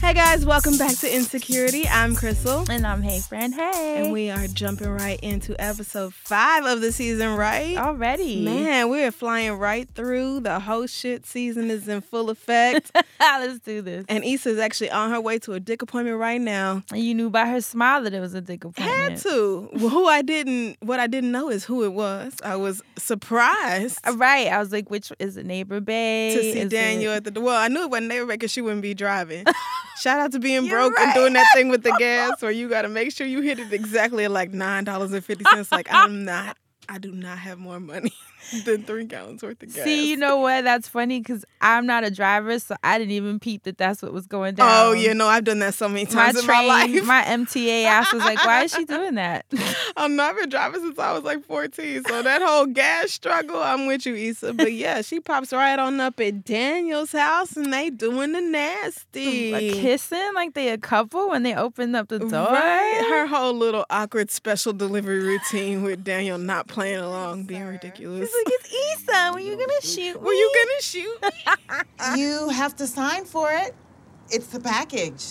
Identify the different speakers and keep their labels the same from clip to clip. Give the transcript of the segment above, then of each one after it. Speaker 1: Hey guys, welcome back to Insecurity. I'm Crystal.
Speaker 2: And I'm Hey Friend Hey.
Speaker 1: And we are jumping right into episode five of the season, right?
Speaker 2: Oh, already.
Speaker 1: Man, we are flying right through. The whole shit season is in full effect.
Speaker 2: Ah, Let's do this.
Speaker 1: and Issa's actually on her way to a dick appointment right now.
Speaker 2: And you knew by her smile that it was a dick
Speaker 1: Had
Speaker 2: appointment.
Speaker 1: to. Well, who I didn't, what I didn't know is who it was. I was surprised
Speaker 2: Uh, Right. I was like, which is it neighbor
Speaker 1: to
Speaker 2: Bay?
Speaker 1: see
Speaker 2: Is
Speaker 1: Daniel
Speaker 2: it-
Speaker 1: at the well. I knew it wasn't neighbor because she wouldn't be driving. Shout out to being
Speaker 2: You're
Speaker 1: broke and
Speaker 2: right.
Speaker 1: doing that thing with the gas where you got to make sure you hit it exactly at like nine dollars and fifty cents. Like I'm not, I do not have more money than three gallons worth of gas.
Speaker 2: See, you know what? That's funny because I'm not a driver, so I didn't even peep that that's what was going down.
Speaker 1: Oh yeah, no, I've done that so many
Speaker 2: My
Speaker 1: times in my
Speaker 2: train,
Speaker 1: life.
Speaker 2: my MTA ass was like, why is she doing that?
Speaker 1: I'm not been driving since I was like 14, so that whole gas struggle, I'm with you, Issa. But yeah, she pops right on up at Daniel's house, and they doing the nasty.
Speaker 2: Like, kissing like they a couple when they opened up the door.
Speaker 1: Right. Her whole little awkward special delivery routine with Daniel not playing along, being ridiculous.
Speaker 2: She's like, it's Issa. When you gonna shoot
Speaker 1: Were you gonna shoot? me?"
Speaker 3: You have to sign for it. It's the package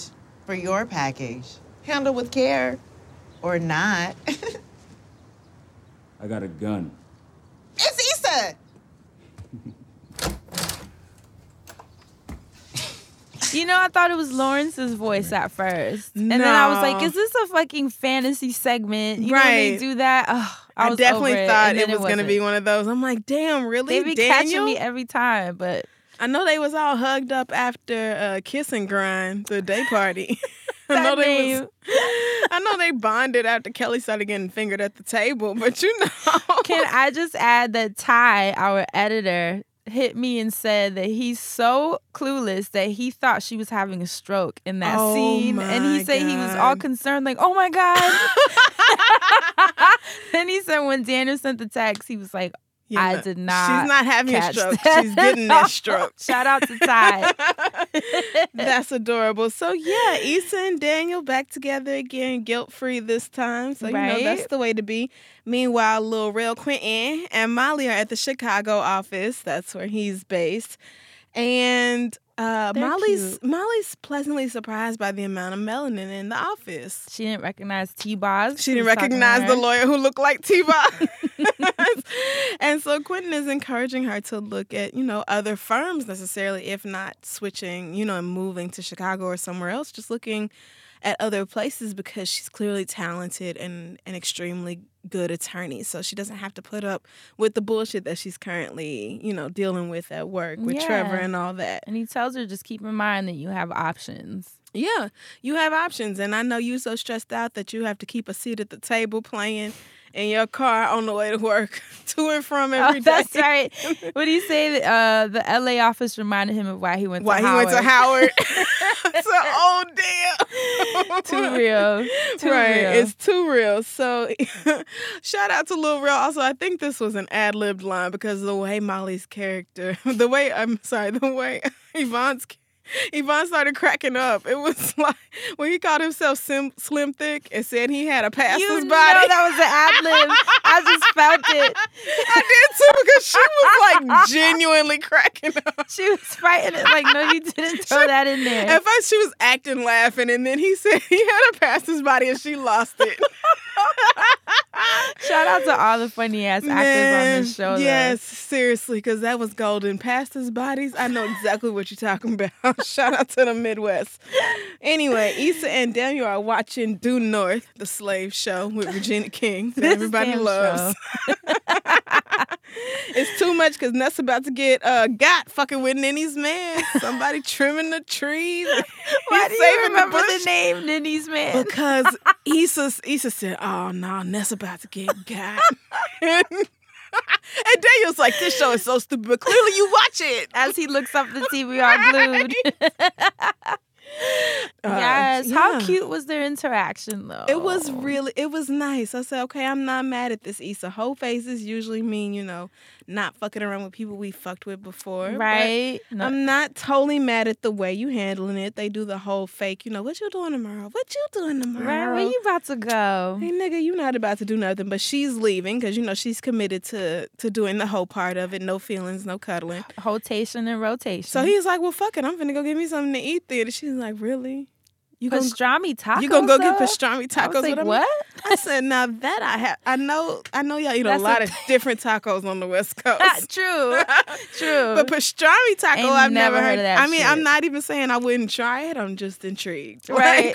Speaker 3: for your package. Handle with care or not. it's
Speaker 4: I got a gun.
Speaker 3: Issa.
Speaker 2: You know, I thought it was Lawrence's voice at first. And then I was like,
Speaker 1: No.
Speaker 2: is this a fucking fantasy segment? You know, when
Speaker 1: Right.
Speaker 2: they do that. Ugh, I,
Speaker 1: I,
Speaker 2: was
Speaker 1: definitely
Speaker 2: over it,
Speaker 1: thought
Speaker 2: and
Speaker 1: it
Speaker 2: then
Speaker 1: was gonna be
Speaker 2: wasn't.
Speaker 1: one of those. I'm like, damn, really?
Speaker 2: They be catching
Speaker 1: Daniel?
Speaker 2: me every time, but
Speaker 1: I know they was all hugged up after uh, kiss and grind the day party. I know
Speaker 2: That
Speaker 1: they was,
Speaker 2: name.
Speaker 1: I know they bonded after Kelly started getting fingered at the table, but you know,
Speaker 2: can I just add that Ty, our editor, hit me and said that he's so clueless that he thought she was having a stroke in that
Speaker 1: Oh
Speaker 2: scene. And
Speaker 1: my
Speaker 2: he said he was all
Speaker 1: God.
Speaker 2: concerned, like, oh my God. then he said when Daniel sent the text, he was like,
Speaker 1: You
Speaker 2: I
Speaker 1: know,
Speaker 2: did
Speaker 1: She's
Speaker 2: not
Speaker 1: not having a
Speaker 2: catch
Speaker 1: stroke.
Speaker 2: that.
Speaker 1: She's getting that stroke.
Speaker 2: shout out to Ty.
Speaker 1: That's adorable. So yeah, Issa and Daniel back together again, guilt free this time. So you know that's
Speaker 2: Right.
Speaker 1: the way to be. Meanwhile, Lil Real Quentin and Molly are at the Chicago office. That's where he's based. And uh,
Speaker 2: They're
Speaker 1: Molly's Molly's pleasantly surprised by the amount of melanin in the office.
Speaker 2: She didn't recognize T Boz.
Speaker 1: She didn't recognize the lawyer who looked like T-Boz. and so Quentin is encouraging her to look at, you know, other firms necessarily, if not switching, you know, and moving to Chicago or somewhere else, just looking at other places because she's clearly talented and an extremely good attorney. So she doesn't have to put up with the bullshit that she's currently, you know, dealing with at work with
Speaker 2: Yeah.
Speaker 1: Trevor and all that.
Speaker 2: And he tells her, just keep in mind that you have options.
Speaker 1: Yeah, you have options, and I know you so stressed out that you have to keep a seat at the table playing in your car on the way to work, to and from every
Speaker 2: Oh,
Speaker 1: day.
Speaker 2: that's right. What do you say? Uh, the LA office reminded him of why he went
Speaker 1: Why
Speaker 2: to
Speaker 1: he
Speaker 2: Howard.
Speaker 1: went to Howard? oh, it's an old deal.
Speaker 2: Too real. Too
Speaker 1: right,
Speaker 2: real.
Speaker 1: it's too real. So, shout out to Lil Real. Also, I think this was an ad libbed line because the way Molly's character, the way I'm sorry, the way Yvonne's ca- Yvonne started cracking up. It was like when he called himself Sim, Slim Thick and said he had a pastor's
Speaker 2: you
Speaker 1: body.
Speaker 2: know that was an ad lib. I just felt it.
Speaker 1: I did too because she was like genuinely cracking up.
Speaker 2: She was fighting it like, no, you didn't throw that in there.
Speaker 1: At first, she was acting laughing, and then he said he had a pastor's body, and she lost it.
Speaker 2: Shout out to all the funny ass actors on this show.
Speaker 1: Man,
Speaker 2: though.
Speaker 1: Yes, seriously, because that was golden. Pastor's bodies, I know exactly what you're talking about. Shout out to the Midwest. Anyway, Issa and Daniel are watching Due North, the slave show with Regina King that
Speaker 2: This
Speaker 1: everybody
Speaker 2: damn
Speaker 1: loves. it's too much because Ness about to get uh, got fucking with Nenny's man. Somebody trimming the trees.
Speaker 2: Why
Speaker 1: He's
Speaker 2: do
Speaker 1: saving
Speaker 2: you
Speaker 1: the
Speaker 2: remember the,
Speaker 1: bush.
Speaker 2: name Ninny's man?
Speaker 1: Because Issa, Issa said, "Oh no, Ness about to get got." and Daniel's like, "This show is so stupid, but clearly you watch it."
Speaker 2: As he looks up the TV, all glued.
Speaker 1: Uh,
Speaker 2: yes. How
Speaker 1: yeah.
Speaker 2: cute Oh. was their interaction, though?
Speaker 1: It was really, it was nice. I said, "Okay, I'm not mad at this." Issa, whole faces usually mean you know, not fucking around with people we fucked with before, but
Speaker 2: right. No,
Speaker 1: I'm not totally mad at the way you handling it. They do the whole fake, you know, what you doing tomorrow? What you doing tomorrow?
Speaker 2: right. Where you about to go?
Speaker 1: Hey nigga, you not about to do nothing, but she's leaving because you know she's committed to to doing the whole part of it. No feelings, no cuddling.
Speaker 2: Rotation and rotation.
Speaker 1: So he's like, "Well, fuck it, I'm finna go get me something to eat." There, she's like, like, really? You gonna
Speaker 2: pastrami tacos.
Speaker 1: you gonna go get
Speaker 2: though?
Speaker 1: pastrami
Speaker 2: I was
Speaker 1: tacos?
Speaker 2: like,
Speaker 1: with 'em?
Speaker 2: what?
Speaker 1: I said, now that I have, I know, I know y'all eat
Speaker 2: That's
Speaker 1: a lot
Speaker 2: a-
Speaker 1: of different tacos on the West Coast.
Speaker 2: true. True.
Speaker 1: But pastrami taco,
Speaker 2: Ain't
Speaker 1: I've never,
Speaker 2: never heard of that
Speaker 1: I mean, I'm
Speaker 2: shit.
Speaker 1: not even saying I wouldn't try it. I'm just intrigued.
Speaker 2: Right.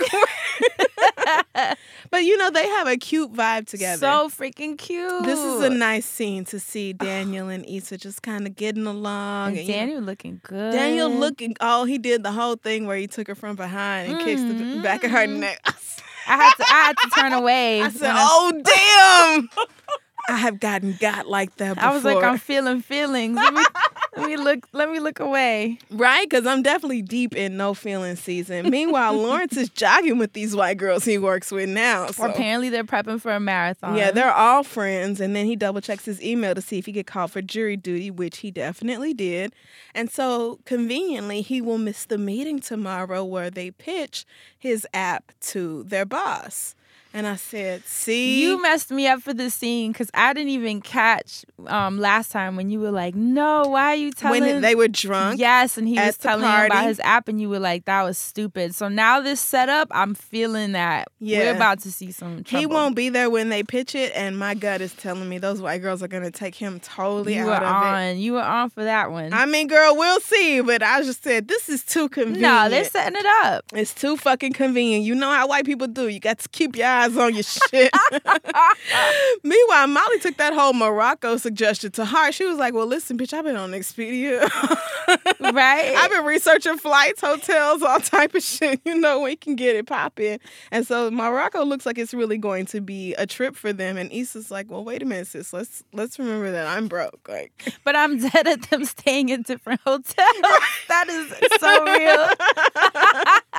Speaker 1: Like, but you know, they have a cute vibe together.
Speaker 2: So freaking cute.
Speaker 1: this is a nice scene to see Daniel and Issa just kind of getting along.
Speaker 2: And
Speaker 1: and, you know,
Speaker 2: Daniel looking good.
Speaker 1: Daniel looking. Oh, he did the whole thing where he took her from behind and kissed the
Speaker 2: Mhm.
Speaker 1: back of her neck. I said,
Speaker 2: I had to. I had to turn away.
Speaker 1: I said,
Speaker 2: when
Speaker 1: "Oh damn!" I have gotten got like that. Before.
Speaker 2: I was like, I'm feeling feelings. Let me, let me look. Let me look away.
Speaker 1: right because I'm definitely deep in no feeling season. Meanwhile, Lawrence is jogging with these white girls he works with now. So.
Speaker 2: Apparently, they're prepping for a marathon.
Speaker 1: Yeah, they're all friends, and then he double checks his email to see if he get called for jury duty, which he definitely did. And so conveniently, he will miss the meeting tomorrow where they pitch his app to their boss. And I said, "See,
Speaker 2: You messed me up for this scene because I didn't even catch um, last time when you were like, "No, why are you telling?"
Speaker 1: when they were drunk,
Speaker 2: Yes, and he
Speaker 1: at
Speaker 2: was
Speaker 1: the
Speaker 2: telling him about
Speaker 1: party.
Speaker 2: his app, and you were like, "That was stupid." So now this setup, I'm feeling that
Speaker 1: Yeah.
Speaker 2: we're about to see some. Trouble.
Speaker 1: He won't be there when they pitch it, and my gut is telling me those white girls are gonna take him totally
Speaker 2: You were
Speaker 1: out of it.
Speaker 2: on. You were on for that one.
Speaker 1: I mean, girl, we'll see, but I just said this is too convenient.
Speaker 2: no, they're setting it up.
Speaker 1: it's too fucking convenient. You know how white people do. You got to keep your eyes on your shit. Meanwhile, Molly took that whole Morocco suggestion to heart. She was like, "Well, listen, bitch, I've been on Expedia.
Speaker 2: Right?
Speaker 1: I've been researching flights, hotels, all type of shit. You know, we can get it popping. And so Morocco looks like it's really going to be a trip for them. And Issa's like, well, wait a minute, sis. Let's let's remember that I'm broke. Like,
Speaker 2: but I'm dead at them staying in different hotels. that is so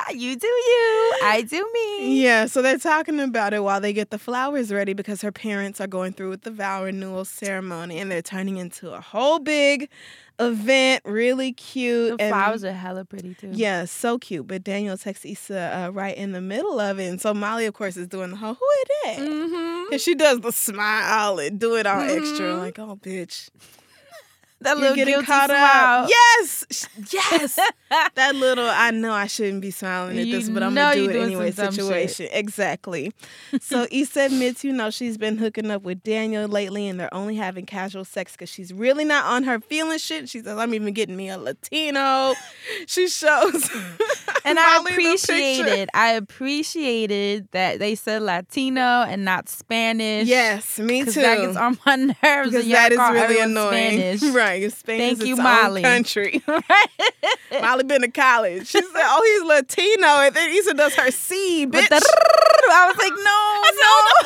Speaker 2: real. you do you. I do me.
Speaker 1: yeah. So they're talking about it while they get the flowers ready because her parents are going through with the vow renewal ceremony, and they're turning into a whole big event. Really cute.
Speaker 2: The
Speaker 1: and-
Speaker 2: flowers are hella pretty too.
Speaker 1: Yeah, so cute. But Daniel texts Issa uh, right in the middle of it. And so Molly, of course, is doing the whole, who it is?
Speaker 2: Mm-hmm.
Speaker 1: And she does the smile and do it all extra,
Speaker 2: Mhm.
Speaker 1: like, oh, bitch.
Speaker 2: That
Speaker 1: You're
Speaker 2: little
Speaker 1: getting
Speaker 2: guilty
Speaker 1: caught
Speaker 2: smile.
Speaker 1: up. Yes. sh- Yes. that little, I know I shouldn't be smiling at
Speaker 2: You
Speaker 1: this, but I'm
Speaker 2: know
Speaker 1: going to
Speaker 2: you
Speaker 1: do it
Speaker 2: doing
Speaker 1: anyway
Speaker 2: some dumb shit.
Speaker 1: situation. Exactly. so Issa admits, you know, she's been hooking up with Daniel lately and they're only having casual sex because she's really not on her feeling shit. She says, I'm even getting me a Latino. she shows.
Speaker 2: And I
Speaker 1: Molly the picture.
Speaker 2: appreciated. I appreciated that they said Latino and not Spanish.
Speaker 1: Yes, me too.
Speaker 2: Because that gets on my nerves.
Speaker 1: because
Speaker 2: and y'all
Speaker 1: that is
Speaker 2: call
Speaker 1: really
Speaker 2: everyone
Speaker 1: annoying.
Speaker 2: Spanish.
Speaker 1: Right. It's Spain
Speaker 2: Thank
Speaker 1: is
Speaker 2: you,
Speaker 1: its own
Speaker 2: Molly.
Speaker 1: country. Molly been to college. She said, Oh, he's Latino. And then Issa does her C,
Speaker 2: With
Speaker 1: bitch.
Speaker 2: the I was like,
Speaker 1: "Oh,
Speaker 2: no, no.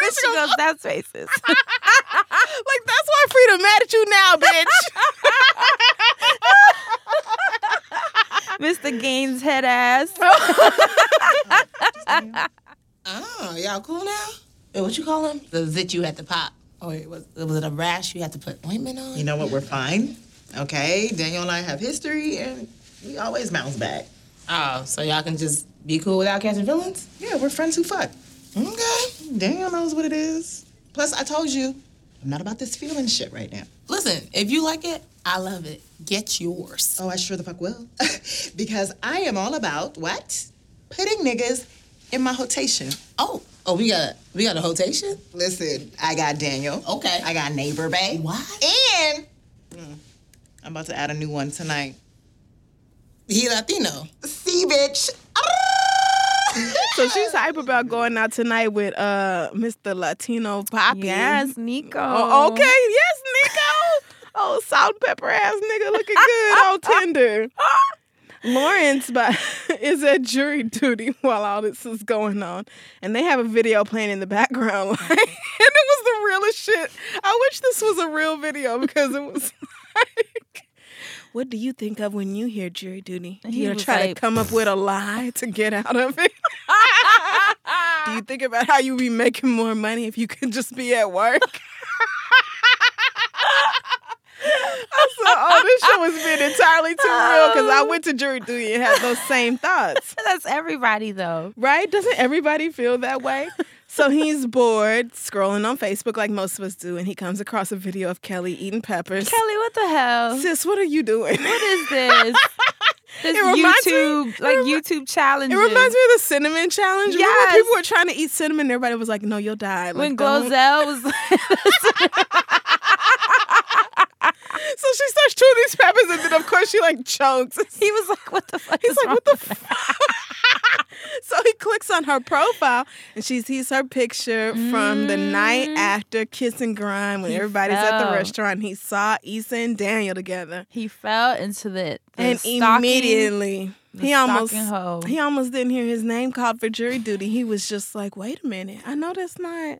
Speaker 2: Then she goes, that's racist.
Speaker 1: like, that's why Frida mad at you now, bitch.
Speaker 2: Mr. Gaines head ass.
Speaker 3: Oh, y'all cool now? Hey, what you call him? The zit you had to pop. Oh, wait, was, was it a rash you had to put ointment on? You know what? We're fine. Okay, Daniel and I have history, and we always bounce back. Oh, so y'all can just be cool without catching feelings? Yeah, we're friends who fuck. Okay, Daniel knows what it is. Plus, I told you, I'm not about this feeling shit right now.
Speaker 5: Listen, if you like it, I love it. Get yours.
Speaker 3: Oh, I sure the fuck will. because I am all about what? Putting niggas in my hotation.
Speaker 5: Oh, oh, we got a we got a hotation.
Speaker 3: Listen, I got Daniel.
Speaker 5: Okay.
Speaker 3: I got Neighbor Bay.
Speaker 5: What?
Speaker 3: And Mm, I'm about to add a new one tonight.
Speaker 5: He Latino.
Speaker 3: See, bitch.
Speaker 1: so she's hype about going out tonight with uh Mr. Latino Poppy.
Speaker 2: yes, Nico.
Speaker 1: Oh, okay. Yes, Nico. oh, salt and pepper ass nigga looking good on Tinder. Lawrence but is at jury duty while all this is going on. And they have a video playing in the background. Like, and it was the realest shit. I wish this was a real video because it was like, what do you think of when you hear jury duty?
Speaker 2: He
Speaker 1: You know,
Speaker 2: was
Speaker 1: try
Speaker 2: like,
Speaker 1: to come up with a lie to get out of it. do you think about how you'd be making more money if you could just be at work? I said, oh, this shit was being entirely too real because I went to jury duty and had those same thoughts.
Speaker 2: That's everybody though.
Speaker 1: Right? Doesn't everybody feel that way? So he's bored, scrolling on Facebook like most of us do, and he comes across a video of Kelly eating peppers.
Speaker 2: Kelly, what the hell?
Speaker 1: Sis, what are you doing?
Speaker 2: What is this? this
Speaker 1: It reminds me-
Speaker 2: YouTube
Speaker 1: it
Speaker 2: like
Speaker 1: remi-
Speaker 2: YouTube challenge.
Speaker 1: It reminds me of the cinnamon challenge. Remember
Speaker 2: Yes.
Speaker 1: when people were trying to eat cinnamon and everybody was like, no, you'll die. Like,
Speaker 2: when
Speaker 1: don't.
Speaker 2: Glozell was
Speaker 1: So she starts chewing these peppers and then of course she like chokes.
Speaker 2: he was like, What the fuck?
Speaker 1: He's
Speaker 2: is
Speaker 1: like,
Speaker 2: wrong
Speaker 1: what the
Speaker 2: with that?"
Speaker 1: fuck? so he clicks on her profile and she sees her picture from the night after Kiss and Grime when everybody's at the
Speaker 2: Mm. fell.
Speaker 1: restaurant. He saw Issa and Daniel together.
Speaker 2: He fell into the, the
Speaker 1: and
Speaker 2: stocking-
Speaker 1: immediately
Speaker 2: the
Speaker 1: he almost
Speaker 2: stocking hole.
Speaker 1: he almost didn't hear his name called for jury duty. He was just like, wait a minute, I know that's not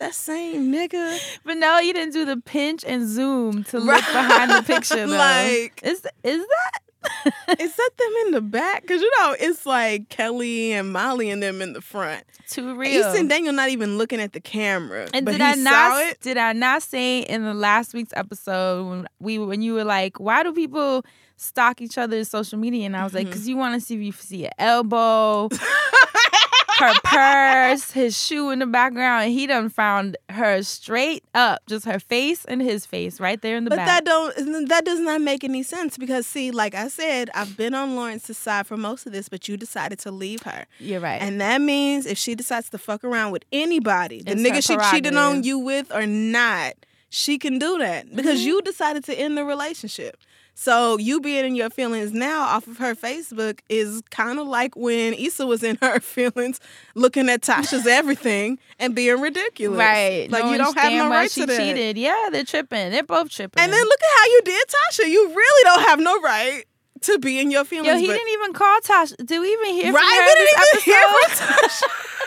Speaker 1: that same nigga.
Speaker 2: But no, you didn't do the pinch and zoom to look behind the picture. Though.
Speaker 1: Like-
Speaker 2: is is that
Speaker 1: Is that them in the back? Because you know it's like Kelly and Molly and them in the front.
Speaker 2: too
Speaker 1: He
Speaker 2: real?
Speaker 1: said Daniel not even looking at the camera.
Speaker 2: and
Speaker 1: but
Speaker 2: did
Speaker 1: he
Speaker 2: I
Speaker 1: saw
Speaker 2: not
Speaker 1: it?
Speaker 2: did I not say in the last week's episode when we when you were like, why do people stalk each other's social media? And I was like,
Speaker 1: Mm-hmm.
Speaker 2: because you want to see if you see an elbow, her purse, his shoe in the background. And he done found her straight up, just her face and his face right there in the
Speaker 1: But
Speaker 2: back.
Speaker 1: that don't that does not make any sense because see, like I said, I've been on Lawrence's side for most of this, but you decided to leave her.
Speaker 2: You're right.
Speaker 1: And that means if she decides to fuck around with anybody, the
Speaker 2: It's her
Speaker 1: nigga she cheated on
Speaker 2: prerogative.
Speaker 1: you with or not, she can do that because
Speaker 2: Mm-hmm.
Speaker 1: you decided to end the relationship. So you being in your feelings now off of her Facebook is kind of like when Issa was in her feelings looking at Tasha's everything and being ridiculous.
Speaker 2: Right.
Speaker 1: Like you
Speaker 2: Knowing
Speaker 1: don't have
Speaker 2: damn
Speaker 1: no
Speaker 2: well
Speaker 1: right
Speaker 2: she
Speaker 1: to that.
Speaker 2: cheated. Yeah, they're tripping. They're both tripping.
Speaker 1: And then look at how you did Tasha. You really don't have no right to be in your feelings.
Speaker 2: Yo, he
Speaker 1: but-
Speaker 2: didn't even call Tasha. Did we even hear from
Speaker 1: Right?
Speaker 2: her
Speaker 1: We
Speaker 2: in
Speaker 1: didn't
Speaker 2: this
Speaker 1: even hear
Speaker 2: episode?
Speaker 1: from Tasha.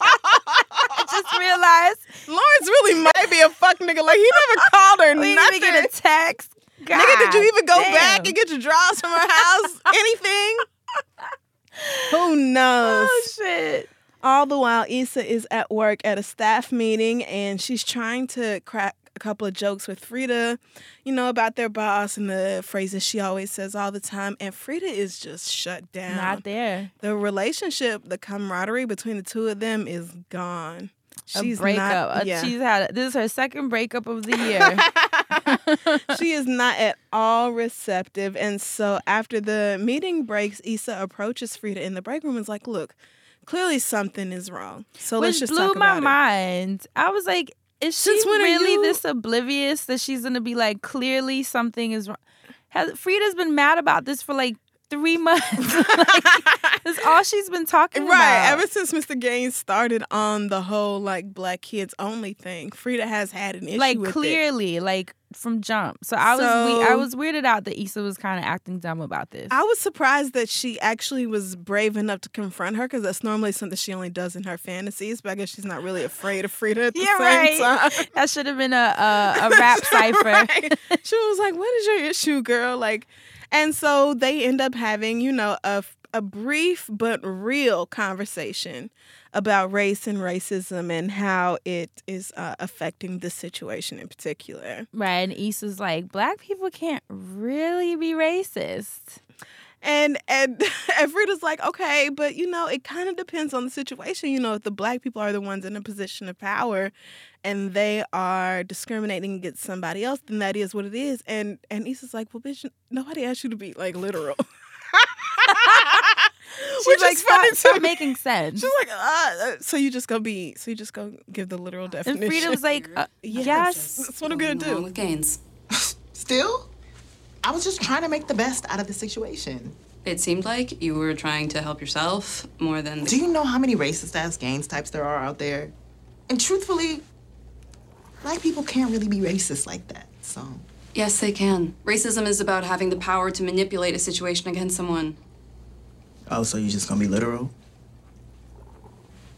Speaker 2: I just realized
Speaker 1: Lawrence really might be a fuck nigga. Like he never called her
Speaker 2: we didn't
Speaker 1: nothing.
Speaker 2: even get a text. God,
Speaker 1: nigga, did you even go
Speaker 2: damn.
Speaker 1: back and get your drawers from her house? Anything? Who knows?
Speaker 2: Oh shit!
Speaker 1: All the while, Issa is at work at a staff meeting and she's trying to crack a couple of jokes with Frida, you know, about their boss and the phrases she always says all the time. And Frida is just shut down.
Speaker 2: Not there.
Speaker 1: the relationship, the camaraderie between the two of them is gone.
Speaker 2: A
Speaker 1: She's
Speaker 2: breakup.
Speaker 1: Not,
Speaker 2: A-
Speaker 1: yeah.
Speaker 2: She's had this is her second breakup of the year.
Speaker 1: she is not at all receptive. And so after the meeting breaks, Issa approaches Frida in the break room and is like, look, clearly something is wrong. So let's
Speaker 2: which
Speaker 1: just
Speaker 2: blew
Speaker 1: talk
Speaker 2: my
Speaker 1: about it.
Speaker 2: mind. I was like, is she
Speaker 1: Since when are
Speaker 2: really
Speaker 1: you-
Speaker 2: this oblivious that she's gonna be like, clearly something is wrong? Has Frida's been mad about this for like three months? like, that's all she's been talking
Speaker 1: Right.
Speaker 2: about.
Speaker 1: Ever since Mr. Gaines started on the whole like black kids only thing, Frida has had an issue
Speaker 2: like
Speaker 1: with it.
Speaker 2: clearly, like from jump. So I was we-
Speaker 1: So- Ah,
Speaker 2: I was weirded out that Issa was kind of acting dumb about this.
Speaker 1: I was surprised that she actually was brave enough to confront her because that's normally something she only does in her fantasies. But I guess she's not really afraid of Frida at the same
Speaker 2: yeah, right.
Speaker 1: time.
Speaker 2: That should have been a a, a rap cipher.
Speaker 1: Right. She was like, "What is your issue, girl?" Like, and so they end up having, you know, a a brief but real conversation about race and racism and how it is uh, affecting this situation in particular.
Speaker 2: Right, and Issa's like, black people can't really be racist.
Speaker 1: And and and Frida's like, okay, but you know, it kind of depends on the situation. You know, if the black people are the ones in a position of power, and they are discriminating against somebody else, then that is what it is. And and Issa's like, well, bitch, nobody asked you to be like literal.
Speaker 2: She's
Speaker 1: Which
Speaker 2: like,
Speaker 1: is funny
Speaker 2: stop, stop
Speaker 1: to me.
Speaker 2: making sense.
Speaker 1: She's like, ah, uh, so you just gonna be, so you just gonna give the literal
Speaker 2: And
Speaker 1: definition.
Speaker 2: Frida was like, uh,
Speaker 1: Yes.
Speaker 2: yes.
Speaker 1: That's what I'm gonna do.
Speaker 6: Gaines.
Speaker 3: Still, I was just trying to make the best out of the situation.
Speaker 6: It seemed like you were trying to help yourself more than
Speaker 3: Do you know how many racist ass Gaines types there are out there? And truthfully, black people can't really be racist like that. So,
Speaker 6: Yes, they can. Racism is about having the power to manipulate a situation against someone.
Speaker 3: oh, so you're just gonna be literal?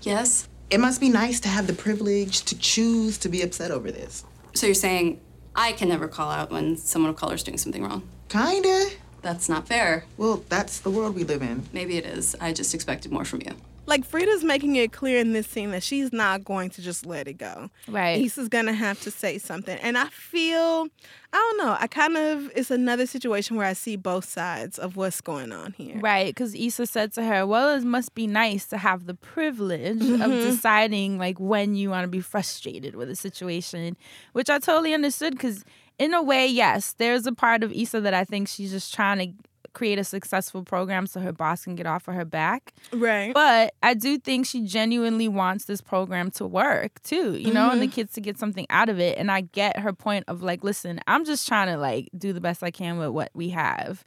Speaker 6: Yes?
Speaker 3: It must be nice to have the privilege to choose to be upset over this.
Speaker 6: So you're saying I can never call out when someone of color is doing something wrong.
Speaker 3: Kinda.
Speaker 6: That's not fair.
Speaker 3: Well, that's the world we live in.
Speaker 6: Maybe it is. I just expected more from you.
Speaker 1: Like Frida's making it clear in this scene that she's not going to just let it go.
Speaker 2: Right.
Speaker 1: Issa's gonna have to say something. And I feel I don't know, I kind of it's another situation where I see both sides of what's going on here.
Speaker 2: Right, because Issa said to her, "Well, it must be nice to have the privilege of
Speaker 1: Mm-hmm.
Speaker 2: deciding like when you want to be frustrated with a situation," which I totally understood. Because in a way, yes, there's a part of Issa that I think she's just trying to create a successful program so her boss can get off of her back.
Speaker 1: Right.
Speaker 2: But I do think she genuinely wants this program to work too, you know,
Speaker 1: Mm-hmm.
Speaker 2: and the kids to get something out of it. And I get her point of like, listen, I'm just trying to like do the best I can with what we have.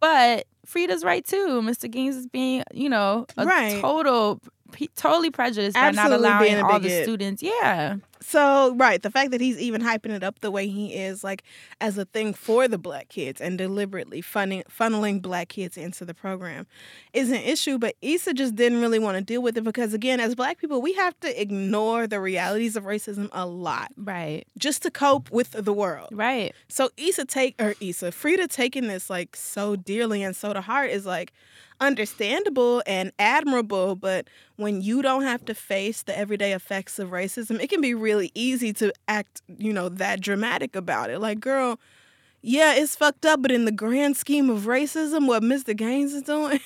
Speaker 2: But Frida's right too. Mr. Gaines is being, you know, a
Speaker 1: Right.
Speaker 2: total, p- totally prejudiced by
Speaker 1: Absolutely
Speaker 2: not allowing
Speaker 1: being a
Speaker 2: all the
Speaker 1: bigot.
Speaker 2: students. Yeah.
Speaker 1: So right, the fact that he's even hyping it up the way he is, like as a thing for the black kids and deliberately funneling, funneling black kids into the program, is an issue. But Issa just didn't really want to deal with it because, again, as black people, we have to ignore the realities of racism a lot
Speaker 2: Right.
Speaker 1: just to cope with the world.
Speaker 2: Right.
Speaker 1: So Issa take or Issa Frida taking this like so dearly and so to heart is like understandable and admirable, but when you don't have to face the everyday effects of racism, it can be really easy to act, you know, that dramatic about it. Like, girl, yeah, it's fucked up, but in the grand scheme of racism, what Mr. Gaines is doing,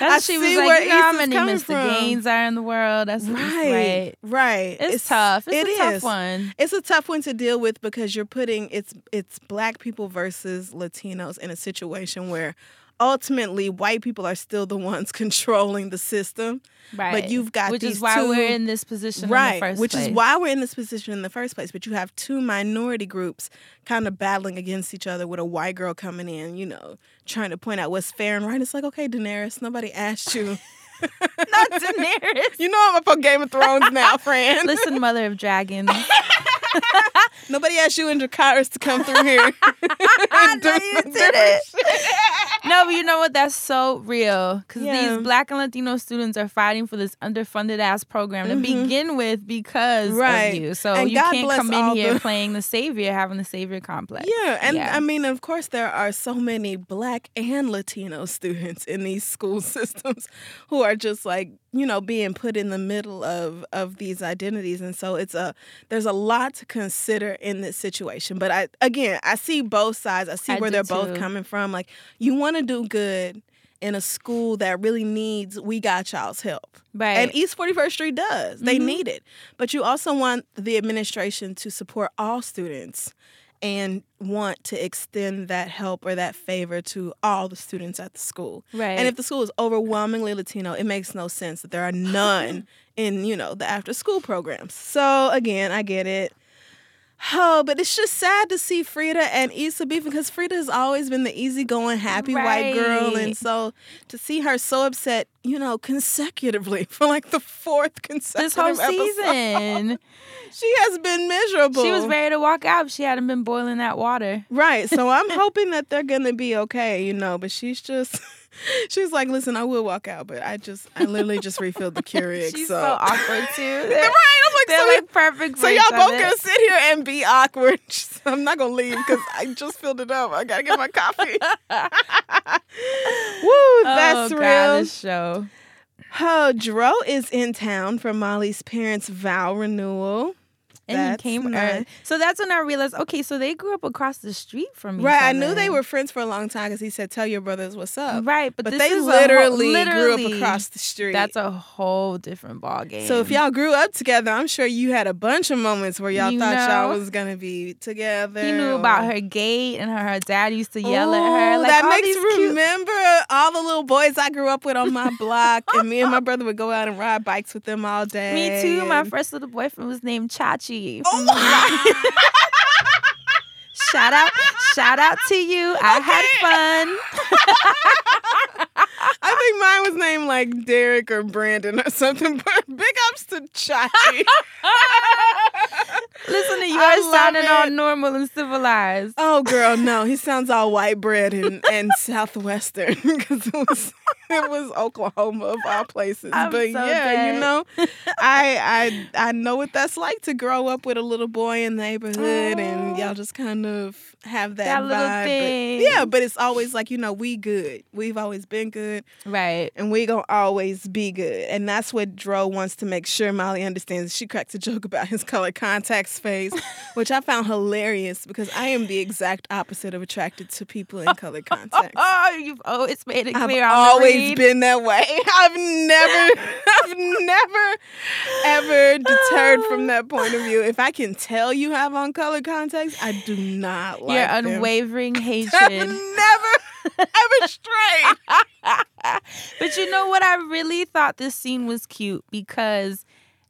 Speaker 2: That's
Speaker 1: I
Speaker 2: what she was
Speaker 1: see
Speaker 2: like,
Speaker 1: where
Speaker 2: you know how
Speaker 1: Issa's
Speaker 2: many
Speaker 1: coming
Speaker 2: Mr.
Speaker 1: from.
Speaker 2: Gaines are in the world. That's what it's
Speaker 1: right,
Speaker 2: right.
Speaker 1: right,
Speaker 2: It's, tough. It's
Speaker 1: it
Speaker 2: a tough
Speaker 1: is.
Speaker 2: one.
Speaker 1: It's a tough one to deal with because you're putting it's it's black people versus Latinos in a situation where ultimately white people are still the ones controlling the system.
Speaker 2: Right.
Speaker 1: you've got
Speaker 2: Which
Speaker 1: these
Speaker 2: is why
Speaker 1: two-
Speaker 2: we're in this position
Speaker 1: right.
Speaker 2: in the first
Speaker 1: which
Speaker 2: place.
Speaker 1: is why we're in this position in the first place. But you have two minority groups kind of battling against each other with a white girl coming in, you know, trying to point out what's fair and right. It's like, okay, Daenerys, nobody asked you.
Speaker 2: not Daenerys.
Speaker 1: you know I'm up on Game of Thrones now, friend.
Speaker 2: Listen, mother of dragons.
Speaker 1: Nobody asked you and Dracarys to come through here. I know you did it.
Speaker 2: no, but you know what? That's so real. Because
Speaker 1: Yeah.
Speaker 2: these black and Latino students are fighting for this underfunded ass program to begin with because
Speaker 1: Mm-hmm. Right.
Speaker 2: of you. So
Speaker 1: And
Speaker 2: you
Speaker 1: God
Speaker 2: can't
Speaker 1: bless
Speaker 2: come in
Speaker 1: all
Speaker 2: here
Speaker 1: the-
Speaker 2: playing the savior, having the savior complex.
Speaker 1: Yeah, and I mean, of course, there are so many black and Latino students in these school systems who are just like, you know, being put in the middle of of these identities, and so it's a there's a lot to consider in this situation. But I again, I see both sides. I see
Speaker 2: I
Speaker 1: where
Speaker 2: do
Speaker 1: they're both
Speaker 2: too.
Speaker 1: coming from. Like, you want to do good in a school that really needs we got y'all's help.
Speaker 2: Right. Mm-hmm.
Speaker 1: And East 41st Street does. They need it. But you also want the administration to support all students and want to extend that help or that favor to all the students at the school.
Speaker 2: Right.
Speaker 1: And if the school is overwhelmingly Latino, it makes no sense that there are none in, you know, the after school programs. So again, I get it. Oh, but it's just sad to see Frida and Issa beefing because Frida has always been the easygoing, happy white girl.
Speaker 2: Right.
Speaker 1: And so to see her so upset, you know, consecutively for like the fourth consecutive
Speaker 2: this whole
Speaker 1: episode,
Speaker 2: season,
Speaker 1: she has been miserable.
Speaker 2: she was ready to walk out. She hadn't been boiling that water.
Speaker 1: Right. So I'm hoping that they're gonna be okay, you know. But she's just, she's like, listen, I will walk out, but I just, I literally just refilled the Keurig.
Speaker 2: She's so,
Speaker 1: so.
Speaker 2: awkward too.
Speaker 1: right.
Speaker 2: They're,
Speaker 1: I'm like, so,
Speaker 2: they're like perfect.
Speaker 1: so
Speaker 2: versions
Speaker 1: y'all
Speaker 2: of
Speaker 1: both
Speaker 2: it.
Speaker 1: gonna sit here and be awkward. She's- I'm not gonna leave because I just filled it up. I gotta get my coffee. Woo,
Speaker 2: Oh,
Speaker 1: that's
Speaker 2: God,
Speaker 1: real.
Speaker 2: This show.
Speaker 1: Oh, Dro is in town for Molly's parents' vow renewal.
Speaker 2: And
Speaker 1: That's
Speaker 2: he came
Speaker 1: nice.
Speaker 2: early. So that's when I realized, okay, so they grew up across the street from me.
Speaker 1: Right, I knew they were friends for a long time because he said, "Tell your brothers what's up."
Speaker 2: Right, but
Speaker 1: but
Speaker 2: this
Speaker 1: they
Speaker 2: is a whole-
Speaker 1: literally, grew
Speaker 2: literally,
Speaker 1: up across the street.
Speaker 2: That's a whole different ballgame.
Speaker 1: so if y'all grew up together, I'm sure you had a bunch of moments where y'all
Speaker 2: You
Speaker 1: thought y'all
Speaker 2: know.
Speaker 1: was gonna be together.
Speaker 2: he knew
Speaker 1: or-
Speaker 2: about her gait and her, her dad used to yell at her.
Speaker 1: Ooh,
Speaker 2: Like,
Speaker 1: that
Speaker 2: all
Speaker 1: makes
Speaker 2: these
Speaker 1: me
Speaker 2: cute-
Speaker 1: remember all the little boys I grew up with on my block, and me and my brother would go out and ride bikes with them all day.
Speaker 2: Me too. My
Speaker 1: and-
Speaker 2: first little boyfriend was named Chachi.
Speaker 1: Oh my-
Speaker 2: Shout out, shout out to you. I had fun.
Speaker 1: I think mine was named like Derek or Brandon or something. But big ups to Chachi.
Speaker 2: Listen to
Speaker 1: I
Speaker 2: yours
Speaker 1: love
Speaker 2: sounding all
Speaker 1: it.
Speaker 2: normal and civilized.
Speaker 1: Oh, girl, no. He sounds all white bread and, and Southwestern because it was, it was Oklahoma of all places.
Speaker 2: I'm
Speaker 1: but
Speaker 2: so
Speaker 1: yeah,
Speaker 2: dead.
Speaker 1: you know, I, I I know what that's like to grow up with a little boy in the neighborhood and y'all just kind of have that,
Speaker 2: That
Speaker 1: vibe.
Speaker 2: little
Speaker 1: but-
Speaker 2: thing.
Speaker 1: yeah, but it's always like, you know, we good. We've always been good
Speaker 2: Right.
Speaker 1: and we gonna always be good. And that's what Dro wants to make sure Molly understands. She cracked a joke about his color contacts face, which I found hilarious because I am the exact opposite of attracted to people in color contacts.
Speaker 2: Oh, you've always made it
Speaker 1: I've
Speaker 2: clear. on the
Speaker 1: always
Speaker 2: read.
Speaker 1: been that way. I've never, I've never, ever deterred from that point of view. If I can tell you have on color contacts, I do not like
Speaker 2: Your
Speaker 1: them.
Speaker 2: unwavering
Speaker 1: I've never
Speaker 2: hatred.
Speaker 1: Evan Strait.
Speaker 2: But you know what? I really thought this scene was cute because,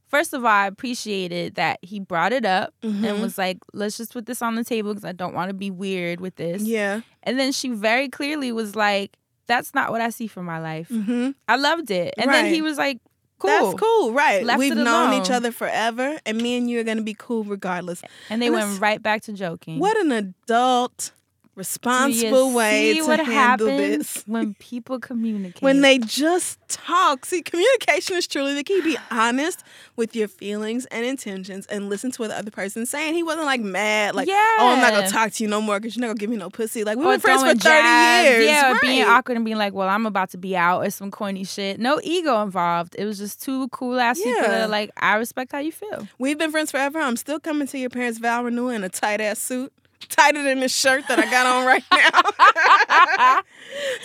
Speaker 2: first of all, I appreciated that he brought it up and
Speaker 1: Mm-hmm.
Speaker 2: was like, let's just put this on the table because I don't want to be weird with this.
Speaker 1: yeah.
Speaker 2: And then she very clearly was like, that's not what I see for my life.
Speaker 1: Mm-hmm.
Speaker 2: I loved it. And then
Speaker 1: Right.
Speaker 2: he was like, cool.
Speaker 1: That's cool, right?
Speaker 2: Left
Speaker 1: We've
Speaker 2: it
Speaker 1: known
Speaker 2: alone.
Speaker 1: each other forever, and me and you are gonna be cool regardless.
Speaker 2: And they
Speaker 1: And
Speaker 2: went
Speaker 1: it's-
Speaker 2: right back to joking.
Speaker 1: What an adult,
Speaker 2: Do you
Speaker 1: responsible way
Speaker 2: see
Speaker 1: to
Speaker 2: what
Speaker 1: handle
Speaker 2: happens
Speaker 1: this.
Speaker 2: when people communicate.
Speaker 1: When they just talk, see, communication is truly the key. Be honest with your feelings and intentions, and listen to what the other person's saying. He wasn't like mad, like, "Oh, I'm not
Speaker 2: Yeah.
Speaker 1: gonna talk to you no more because you're not gonna give me no pussy." Like we
Speaker 2: Or
Speaker 1: were friends for
Speaker 2: throwing
Speaker 1: thirty
Speaker 2: jabs,
Speaker 1: years,
Speaker 2: Yeah, or
Speaker 1: right.
Speaker 2: being awkward and being like, well, I'm about to be out or some corny shit. No ego involved. It was just two cool ass people that
Speaker 1: Yeah.
Speaker 2: are like, I respect how you feel.
Speaker 1: We've been friends forever. I'm still coming to your parents' vow renewal in a tight ass suit, tighter than this shirt that I got on right now.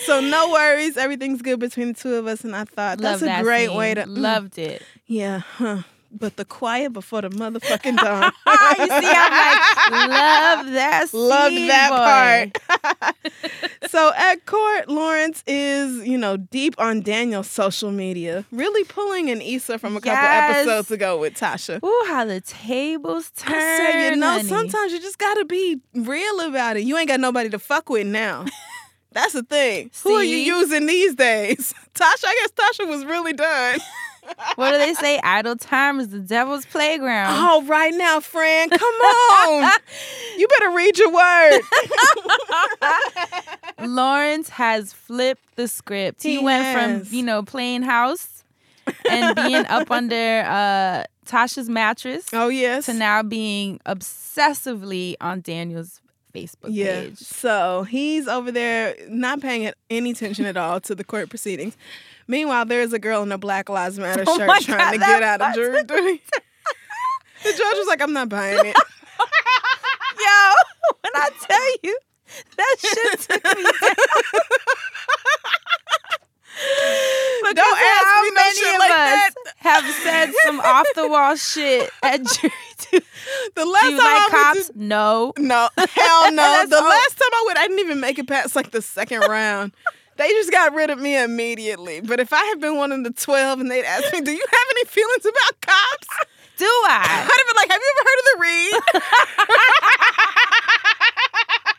Speaker 1: so no worries, everything's good between the two of us. And I thought
Speaker 2: Love
Speaker 1: that's a
Speaker 2: that
Speaker 1: great
Speaker 2: scene.
Speaker 1: way to mm,
Speaker 2: Loved it.
Speaker 1: Yeah, huh. But the quiet before the motherfucking dawn.
Speaker 2: Ah, you see, I'm like, love that scene.
Speaker 1: Loved that
Speaker 2: boy.
Speaker 1: so at court, Lawrence is, you know, deep on Daniel's social media, really pulling an Issa from a couple
Speaker 2: Yes.
Speaker 1: episodes ago with Tasha.
Speaker 2: Ooh, how the tables turn.
Speaker 1: I said, you know,
Speaker 2: honey.
Speaker 1: sometimes you just gotta be real about it. You ain't got nobody to fuck with now. That's the thing. Who are you
Speaker 2: See?
Speaker 1: using these days? Tasha, I guess Tasha was really done.
Speaker 2: What do they say? Idle time is the devil's playground.
Speaker 1: Oh, right now, friend, come on. you better read your word.
Speaker 2: Lawrence has flipped the script. He,
Speaker 1: He
Speaker 2: went
Speaker 1: has.
Speaker 2: from, you know, playing house and being up under uh, Tasha's mattress
Speaker 1: Oh, yes.
Speaker 2: to now being obsessively on Daniel's Facebook
Speaker 1: yeah.
Speaker 2: page.
Speaker 1: So he's over there not paying it- any attention at all to the court proceedings. Meanwhile, there's a girl in a Black Lives Matter
Speaker 2: Oh
Speaker 1: shirt
Speaker 2: my
Speaker 1: trying to
Speaker 2: God,
Speaker 1: get
Speaker 2: that
Speaker 1: out of jury duty. the judge was like, I'm not buying it.
Speaker 2: Yo, when I tell you, that shit took me down.
Speaker 1: Don't ask
Speaker 2: How
Speaker 1: me no
Speaker 2: many
Speaker 1: shit
Speaker 2: of
Speaker 1: like that.
Speaker 2: us have said some off the wall shit at jury duty?
Speaker 1: The last
Speaker 2: Do you
Speaker 1: time
Speaker 2: like
Speaker 1: I went
Speaker 2: cops? No.
Speaker 1: to, no, hell no.
Speaker 2: That's
Speaker 1: the
Speaker 2: all-
Speaker 1: last time I went, I didn't even make it past like the second round. They just got rid of me immediately. But if I had been one of the twelve and they'd asked me, "Do you have any feelings about cops?"
Speaker 2: Do I?
Speaker 1: I'd have been like, "Have you ever heard of the read?"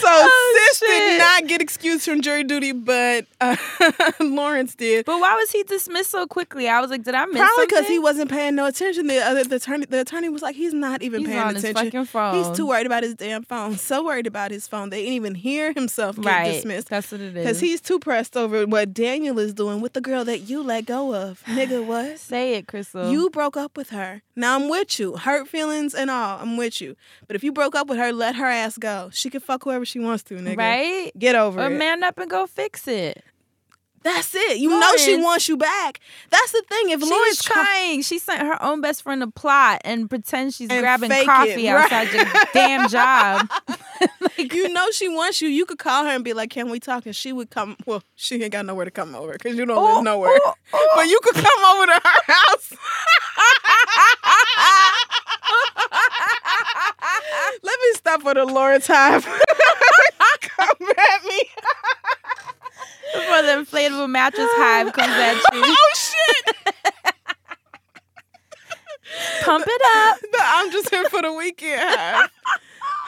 Speaker 1: so sis
Speaker 2: Oh, shit.
Speaker 1: did not get excused from jury duty, but uh, Lawrence did.
Speaker 2: But why was he dismissed so quickly? I was like, did I miss
Speaker 1: Probably because he
Speaker 2: something?
Speaker 1: wasn't paying no attention. The other the attorney the attorney was like, he's not even
Speaker 2: He's
Speaker 1: paying
Speaker 2: on his
Speaker 1: attention.
Speaker 2: fucking phone.
Speaker 1: He's too worried about his damn phone. So worried about his phone, they didn't even hear himself get
Speaker 2: right.
Speaker 1: dismissed.
Speaker 2: That's what it is.
Speaker 1: Because he's too pressed over what Daniel is doing with the girl that you let go of. Nigga, what?
Speaker 2: say it, Crystal.
Speaker 1: You broke up with her. Now I'm with you. Hurt feelings and all. I'm with you. But if you broke up with her, let her ass go. She can fuck whoever she wants to, nigga.
Speaker 2: right?
Speaker 1: Get over
Speaker 2: Or
Speaker 1: it.
Speaker 2: man up and go fix it.
Speaker 1: That's it. You know she
Speaker 2: Lawrence-
Speaker 1: wants you back. That's the thing. If
Speaker 2: She was
Speaker 1: Lawrence try-
Speaker 2: trying. She sent her own best friend a plot and pretend she's
Speaker 1: And
Speaker 2: grabbing
Speaker 1: fake it,
Speaker 2: coffee
Speaker 1: right.
Speaker 2: outside your damn job. like,
Speaker 1: you know she wants you. You could call her and be like, "Can we talk?" And she would come. Well, she ain't got nowhere to come over because you don't live nowhere. But you could come over to her house. Let me stop for the Lawrence Hive. come at me.
Speaker 2: before the inflatable mattress hive comes at you.
Speaker 1: Oh shit!
Speaker 2: Pump it up.
Speaker 1: No, I'm just here for the weekend. Hive.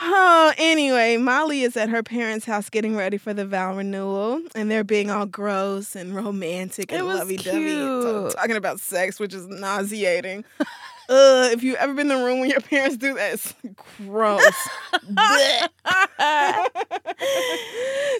Speaker 1: Oh, anyway, Molly is at her parents' house getting ready for the vow renewal, and they're being all gross and romantic
Speaker 2: It
Speaker 1: and
Speaker 2: was
Speaker 1: lovey-dovey,
Speaker 2: cute.
Speaker 1: t- talking about sex, which is nauseating. Ugh, if you've ever been in a room when your parents do that, it's gross. Blech.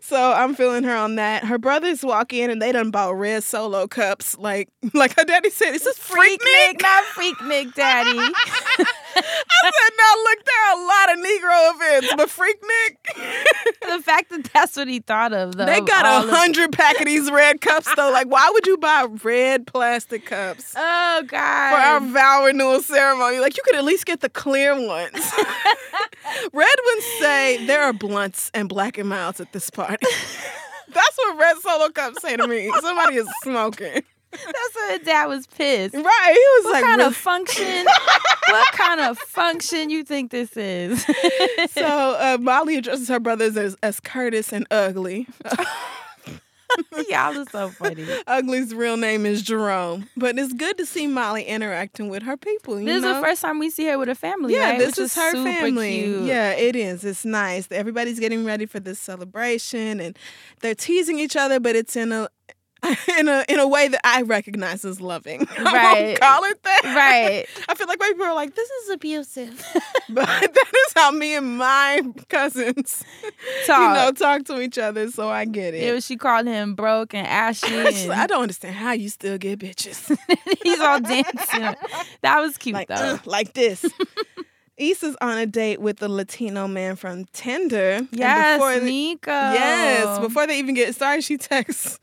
Speaker 1: so I'm feeling her on that. Her brothers walk in and they done bought red solo cups, like like her daddy said. Is this freak, Nick?
Speaker 2: not freak Nick, daddy.
Speaker 1: I said, no, look, there are a lot of Negro events, but Freak Nick.
Speaker 2: the fact that that's what he thought of, though.
Speaker 1: They
Speaker 2: of
Speaker 1: got
Speaker 2: all
Speaker 1: a
Speaker 2: of-
Speaker 1: hundred pack of these red cups though. Like, why would you buy red plastic cups for
Speaker 2: Oh, God.
Speaker 1: our vow renewal ceremony? Like, you could at least get the clear ones. red ones say there are blunts and black and milds at this party. That's what red solo cups say to me. Somebody is smoking.
Speaker 2: That's why the dad was pissed.
Speaker 1: Right? He was
Speaker 2: What
Speaker 1: like,
Speaker 2: kind
Speaker 1: "Really?"
Speaker 2: of function? what kind kind of function you think this is?
Speaker 1: So uh, Molly addresses her brothers as, as Curtis and Ugly.
Speaker 2: Y'all are so funny.
Speaker 1: Ugly's real name is Jerome, but it's good to see Molly interacting with her people. You
Speaker 2: This is
Speaker 1: know?
Speaker 2: the first time we see her with a family.
Speaker 1: Yeah,
Speaker 2: right?
Speaker 1: this
Speaker 2: Which
Speaker 1: is, her
Speaker 2: super
Speaker 1: family.
Speaker 2: Cute.
Speaker 1: Yeah, it is. It's nice. Everybody's getting ready for this celebration, and they're teasing each other, but it's in a in a in a way that I recognize as loving. I
Speaker 2: Right.
Speaker 1: won't call it that.
Speaker 2: Right.
Speaker 1: I feel like white people are like, this is abusive, but that is how me and my cousins, you know,
Speaker 2: Talk.
Speaker 1: talk to each other. So I get it.
Speaker 2: It was- she called him broke and ashy.
Speaker 1: It's
Speaker 2: and
Speaker 1: like, I don't understand how you still get bitches.
Speaker 2: he's all dancing. That was cute
Speaker 1: like,
Speaker 2: though.
Speaker 1: uh, like this. Issa's on a date with a Latino man from Tinder. and
Speaker 2: yes,
Speaker 1: before the-
Speaker 2: Nico.
Speaker 1: yes. Before they even get started, she texts.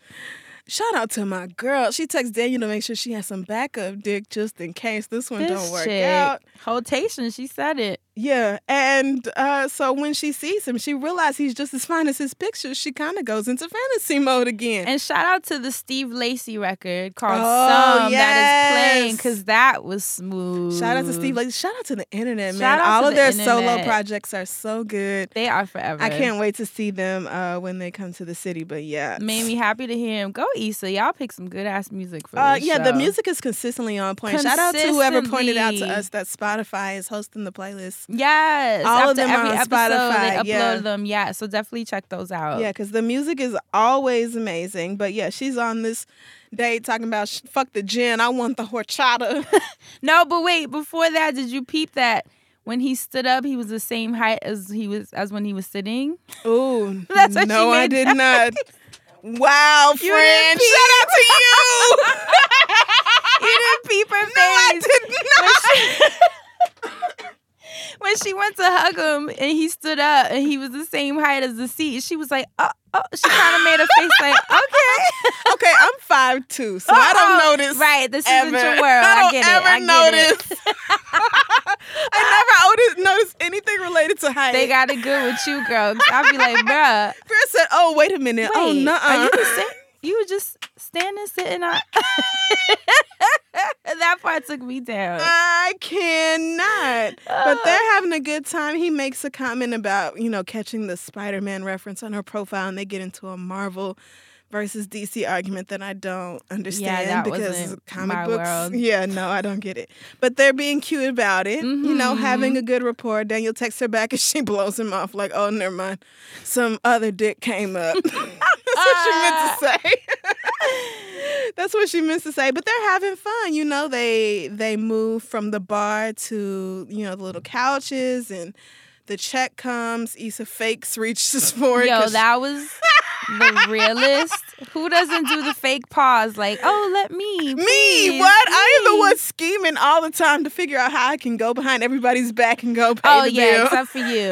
Speaker 1: Shout out to my girl. She texts Daniel to make sure she has some backup dick just in case this one
Speaker 2: this
Speaker 1: don't work
Speaker 2: chick,
Speaker 1: out.
Speaker 2: Hotation. She said it.
Speaker 1: Yeah, and uh, so when she sees him, she realizes he's just as fine as his pictures. She kind of goes into fantasy mode again.
Speaker 2: And shout out to the Steve Lacey record called
Speaker 1: Oh,
Speaker 2: "Some" that is playing
Speaker 1: yes.
Speaker 2: because that was smooth.
Speaker 1: Shout out to Steve. Like, shout out to the internet,
Speaker 2: Shout
Speaker 1: man.
Speaker 2: out
Speaker 1: All
Speaker 2: to
Speaker 1: of
Speaker 2: the
Speaker 1: their solo
Speaker 2: internet.
Speaker 1: projects are so good.
Speaker 2: They are forever.
Speaker 1: I can't wait to see them uh, when they come to the city. But yeah,
Speaker 2: Made me happy to hear him. Go Issa. Y'all pick some good ass music for
Speaker 1: Uh,
Speaker 2: this
Speaker 1: yeah, the
Speaker 2: show.
Speaker 1: music is consistently on point. Shout out to whoever pointed out to
Speaker 2: Consistently.
Speaker 1: us that Spotify is hosting the playlist.
Speaker 2: Yes.
Speaker 1: All of
Speaker 2: After
Speaker 1: them are
Speaker 2: every
Speaker 1: on
Speaker 2: episode,
Speaker 1: Spotify,
Speaker 2: They upload
Speaker 1: yeah.
Speaker 2: them. Yeah. So definitely check those out.
Speaker 1: Yeah, because the music is always amazing. But yeah, she's on this date talking about "Sh- fuck the gin. I want the horchata.
Speaker 2: No, but wait. Before that, did you peep that when he stood up, he was the same height as he was as when he was sitting?
Speaker 1: Ooh,
Speaker 2: That's what
Speaker 1: no,
Speaker 2: she
Speaker 1: I
Speaker 2: made
Speaker 1: did not. Wow,
Speaker 2: You
Speaker 1: friend.
Speaker 2: didn't peep.
Speaker 1: Shout out to you.
Speaker 2: you didn't peep her face.
Speaker 1: no, I did not.
Speaker 2: When she went to hug him and he stood up and he was the same height as the seat, she was like, "Oh, oh." She kind of made a face like, "Okay."
Speaker 1: okay, I'm five two, so I don't
Speaker 2: Uh-oh.
Speaker 1: know this.
Speaker 2: Right, this
Speaker 1: ever.
Speaker 2: isn't your world.
Speaker 1: I
Speaker 2: I,
Speaker 1: don't
Speaker 2: get
Speaker 1: ever
Speaker 2: it. I get
Speaker 1: notice.
Speaker 2: it.
Speaker 1: I never noticed, noticed anything related to height.
Speaker 2: They got it good with you, girl. i I'll be like, bruh,
Speaker 1: Girl said, "Oh, wait a minute. oh,
Speaker 2: wait,
Speaker 1: no,
Speaker 2: are you the same? You were just standing, sitting on. that part took me down.
Speaker 1: I cannot." But they're having a good time. He makes a comment about you know catching the Spider-Man reference on her profile, and they get into a Marvel versus DC argument that I don't understand
Speaker 2: that
Speaker 1: because
Speaker 2: wasn't
Speaker 1: comic
Speaker 2: my
Speaker 1: books.
Speaker 2: world.
Speaker 1: Yeah, no, I don't get it. But they're being cute about it. You know,
Speaker 2: Mm-hmm.
Speaker 1: having a good rapport. Daniel texts her back, and she blows him off like, "Oh, never mind. Some other dick came up." That's what
Speaker 2: Ah.
Speaker 1: she meant to say. That's what she meant to say. But they're having fun, you know. They they move from the bar to you know the little couches, and the check comes. Issa fakes reaches for it.
Speaker 2: Yo,
Speaker 1: 'cause she-
Speaker 2: that was the realest. Who doesn't do the fake pause? Like, oh, let me.
Speaker 1: me.
Speaker 2: please,
Speaker 1: What? I am the one
Speaker 2: please."
Speaker 1: scheming all the time to figure out how I can go behind everybody's back and go pay
Speaker 2: Oh
Speaker 1: the
Speaker 2: yeah,
Speaker 1: bill.
Speaker 2: except for you.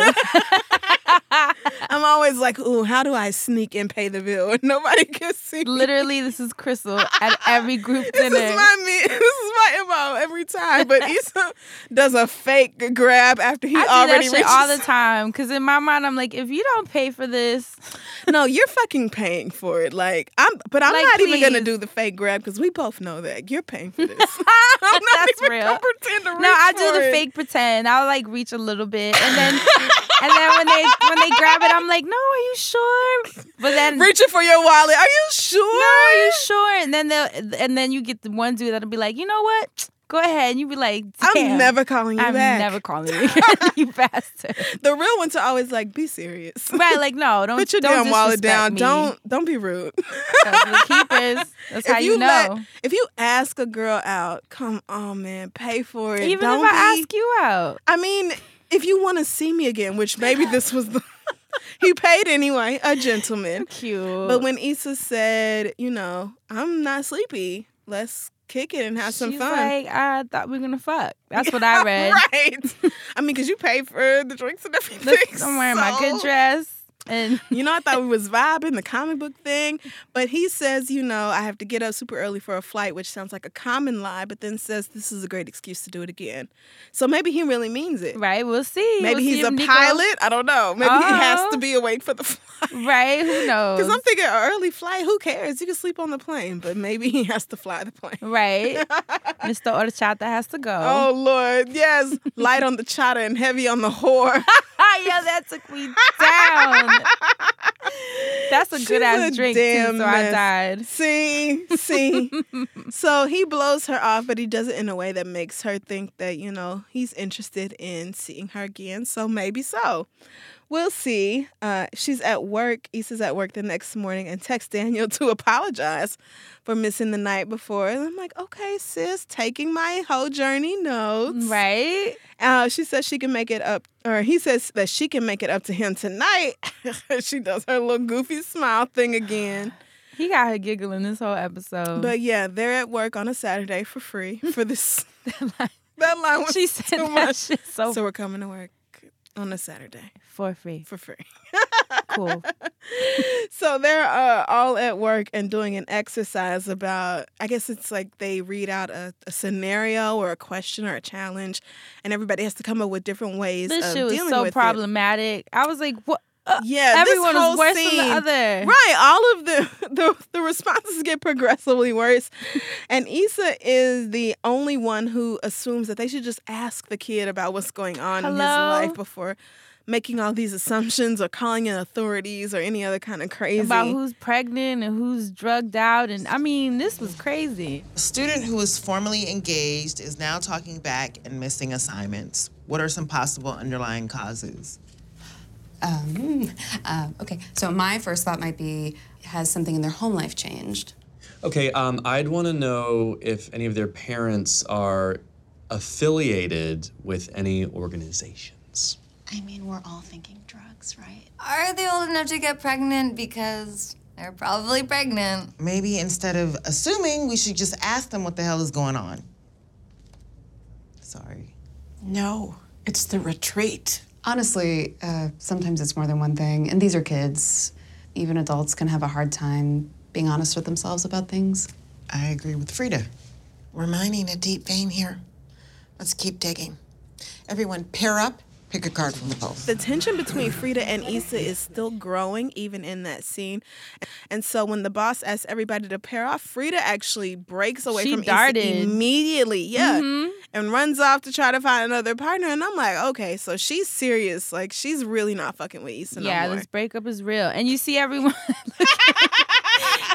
Speaker 1: I'm always like, ooh, how do I sneak and pay the bill? And nobody can see. me.
Speaker 2: Literally, this is Crystal at every group
Speaker 1: This
Speaker 2: dinner.
Speaker 1: is my me. This is my mo every time. But Issa does a fake grab after he
Speaker 2: I do
Speaker 1: already
Speaker 2: that shit all the
Speaker 1: reaches-
Speaker 2: time because in my mind I'm like, if you don't pay for this,
Speaker 1: No, you're fucking paying for it. Like I'm, but I'm
Speaker 2: Like,
Speaker 1: not even gonna
Speaker 2: please.
Speaker 1: do the fake grab because we both know that you're paying for this. I'm not
Speaker 2: That's
Speaker 1: even gonna
Speaker 2: real.
Speaker 1: pretend to reach
Speaker 2: no, I do
Speaker 1: for
Speaker 2: the
Speaker 1: it.
Speaker 2: fake pretend. I'll like reach a little bit, and then and then when they when they grab it, I'm like, no, are you sure? But then
Speaker 1: reaching for your wallet. Are you sure?
Speaker 2: no, are you sure? And then they'll and then you get the one dude that'll be like, you know what? Go ahead, and you be like,
Speaker 1: I'm
Speaker 2: "Damn,
Speaker 1: never calling you
Speaker 2: I'm
Speaker 1: back.
Speaker 2: never calling you, you bastard.
Speaker 1: The real ones are always like, be serious.
Speaker 2: Right? Like, no, don't
Speaker 1: Put your
Speaker 2: don't
Speaker 1: damn wallet down.
Speaker 2: disrespect me.
Speaker 1: Don't don't be rude.
Speaker 2: That's the keepers. That's how you, know.
Speaker 1: let- if you ask a girl out, come on, man, pay for it.
Speaker 2: Even
Speaker 1: Don't
Speaker 2: if I
Speaker 1: be-
Speaker 2: ask you out,
Speaker 1: I mean, if you want to see me again, which maybe this was the he paid anyway, a gentleman.
Speaker 2: cute.
Speaker 1: But when Issa said, you know, I'm not sleepy, let's kick it and have some
Speaker 2: She's
Speaker 1: fun.
Speaker 2: like, I thought we were gonna fuck. That's what I read.
Speaker 1: right. I mean, because you paid for the drinks and everything.
Speaker 2: Look, I'm wearing my
Speaker 1: so-
Speaker 2: good dress. And
Speaker 1: You know, I thought we was vibing the comic book thing, but he says, you know, I have to get up super early for a flight, which sounds like a common lie, but then says this is a great excuse to do it again. So maybe he really means it.
Speaker 2: right, we'll see.
Speaker 1: Maybe
Speaker 2: We'll see
Speaker 1: he's a
Speaker 2: if Nico-
Speaker 1: pilot. I don't know. Maybe he has
Speaker 2: Oh.
Speaker 1: to be awake for the flight.
Speaker 2: Right? Who knows?
Speaker 1: Because I'm thinking an early flight, who cares? You can sleep on the plane, but maybe he has to fly the plane.
Speaker 2: right, Mr. Orchata has to go.
Speaker 1: Oh Lord, yes. Light on the chata and heavy on the whore.
Speaker 2: Ah, yeah, that took me down. That's a
Speaker 1: She's
Speaker 2: good ass
Speaker 1: a
Speaker 2: drink too. So
Speaker 1: damn
Speaker 2: I
Speaker 1: mess.
Speaker 2: died.
Speaker 1: see, see. so he blows her off, but he does it in a way that makes her think that, you know, he's interested in seeing her again. So maybe so. We'll see. Uh, she's at work. Issa's at work the next morning and texts Daniel to apologize for missing the night before. And I'm like, okay, sis, taking my whole journey notes.
Speaker 2: Right?
Speaker 1: Uh, she says she can make it up, or he says that she can make it up to him tonight. she does her little goofy smile thing again.
Speaker 2: He got her giggling this whole episode.
Speaker 1: But yeah, they're at work on a Saturday for free for this. that line was
Speaker 2: she said
Speaker 1: too
Speaker 2: that
Speaker 1: much.
Speaker 2: shit so,
Speaker 1: So we're coming to work on a Saturday
Speaker 2: for free.
Speaker 1: for free.
Speaker 2: Cool.
Speaker 1: So they're uh, all at work and doing an exercise about, I guess it's like they read out a, a scenario or a question or a challenge, and everybody has to come up with different ways
Speaker 2: this
Speaker 1: of
Speaker 2: shit
Speaker 1: uh, dealing
Speaker 2: was so
Speaker 1: with it.
Speaker 2: problematic. I was like, what? Uh,
Speaker 1: Yeah, this
Speaker 2: everyone
Speaker 1: whole
Speaker 2: was worse than
Speaker 1: scene-
Speaker 2: the other.
Speaker 1: Right. All of the, the the responses get progressively worse. And Issa is the only one who assumes that they should just ask the kid about what's going on in his
Speaker 2: Hello?
Speaker 1: life before making all these assumptions or calling in authorities or any other kind of crazy.
Speaker 2: About who's pregnant and who's drugged out, and I mean, this was crazy.
Speaker 3: A student who was formerly engaged is now talking back and missing assignments. What are some possible underlying causes?
Speaker 6: Um, uh, okay, so my first thought might be has something in their home life changed?
Speaker 7: Okay, um, I'd want to know if any of their parents are affiliated with any organizations.
Speaker 8: I mean, we're all thinking drugs, right? Are they old enough to get pregnant? Because they're probably pregnant.
Speaker 3: Maybe instead of assuming, we should just ask them what the hell is going on. Sorry.
Speaker 5: No, it's the retreat.
Speaker 6: Honestly, uh, sometimes it's more than one thing, and these are kids. Even adults can have a hard time being honest with themselves about things.
Speaker 3: I agree with Frida.
Speaker 5: We're mining a deep vein here. Let's keep digging. Everyone, pair up,
Speaker 3: Pick a card from the pole.
Speaker 1: the tension between Frida and Issa is still growing, even in that scene. And so when the boss asks everybody to pair off, Frida actually breaks away
Speaker 2: She
Speaker 1: from
Speaker 2: darted. Mm-hmm.
Speaker 1: Issa immediately, yeah, and runs off to try to find another partner. And I'm like, okay, so she's serious. Like she's really not fucking with Issa
Speaker 2: yeah,
Speaker 1: no more.
Speaker 2: this breakup is real, and you see everyone.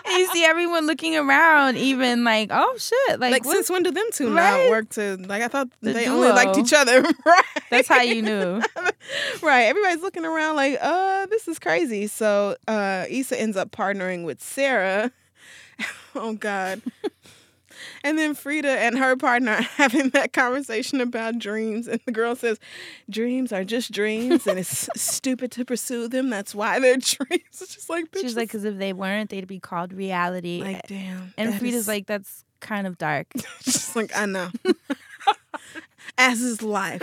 Speaker 2: and you see everyone looking around, even like, oh shit, like,
Speaker 1: Like
Speaker 2: what-
Speaker 1: since when do them two
Speaker 2: Right?
Speaker 1: not work to? Like I thought
Speaker 2: The
Speaker 1: they only liked
Speaker 2: duo.
Speaker 1: each other, right?
Speaker 2: that's how you knew.
Speaker 1: right. Everybody's looking around like, uh, this is crazy. So uh Issa ends up partnering with Sarah. oh God. and then Frida and her partner are having that conversation about dreams. And the girl says, Dreams are just dreams and it's stupid to pursue them. That's why they're dreams. It's just like bitch.
Speaker 2: She's like, because if they weren't, they'd be called reality.
Speaker 1: like damn.
Speaker 2: and
Speaker 1: that
Speaker 2: Frida's
Speaker 1: is-
Speaker 2: like, that's kind of dark.
Speaker 1: just like, I know. As is life.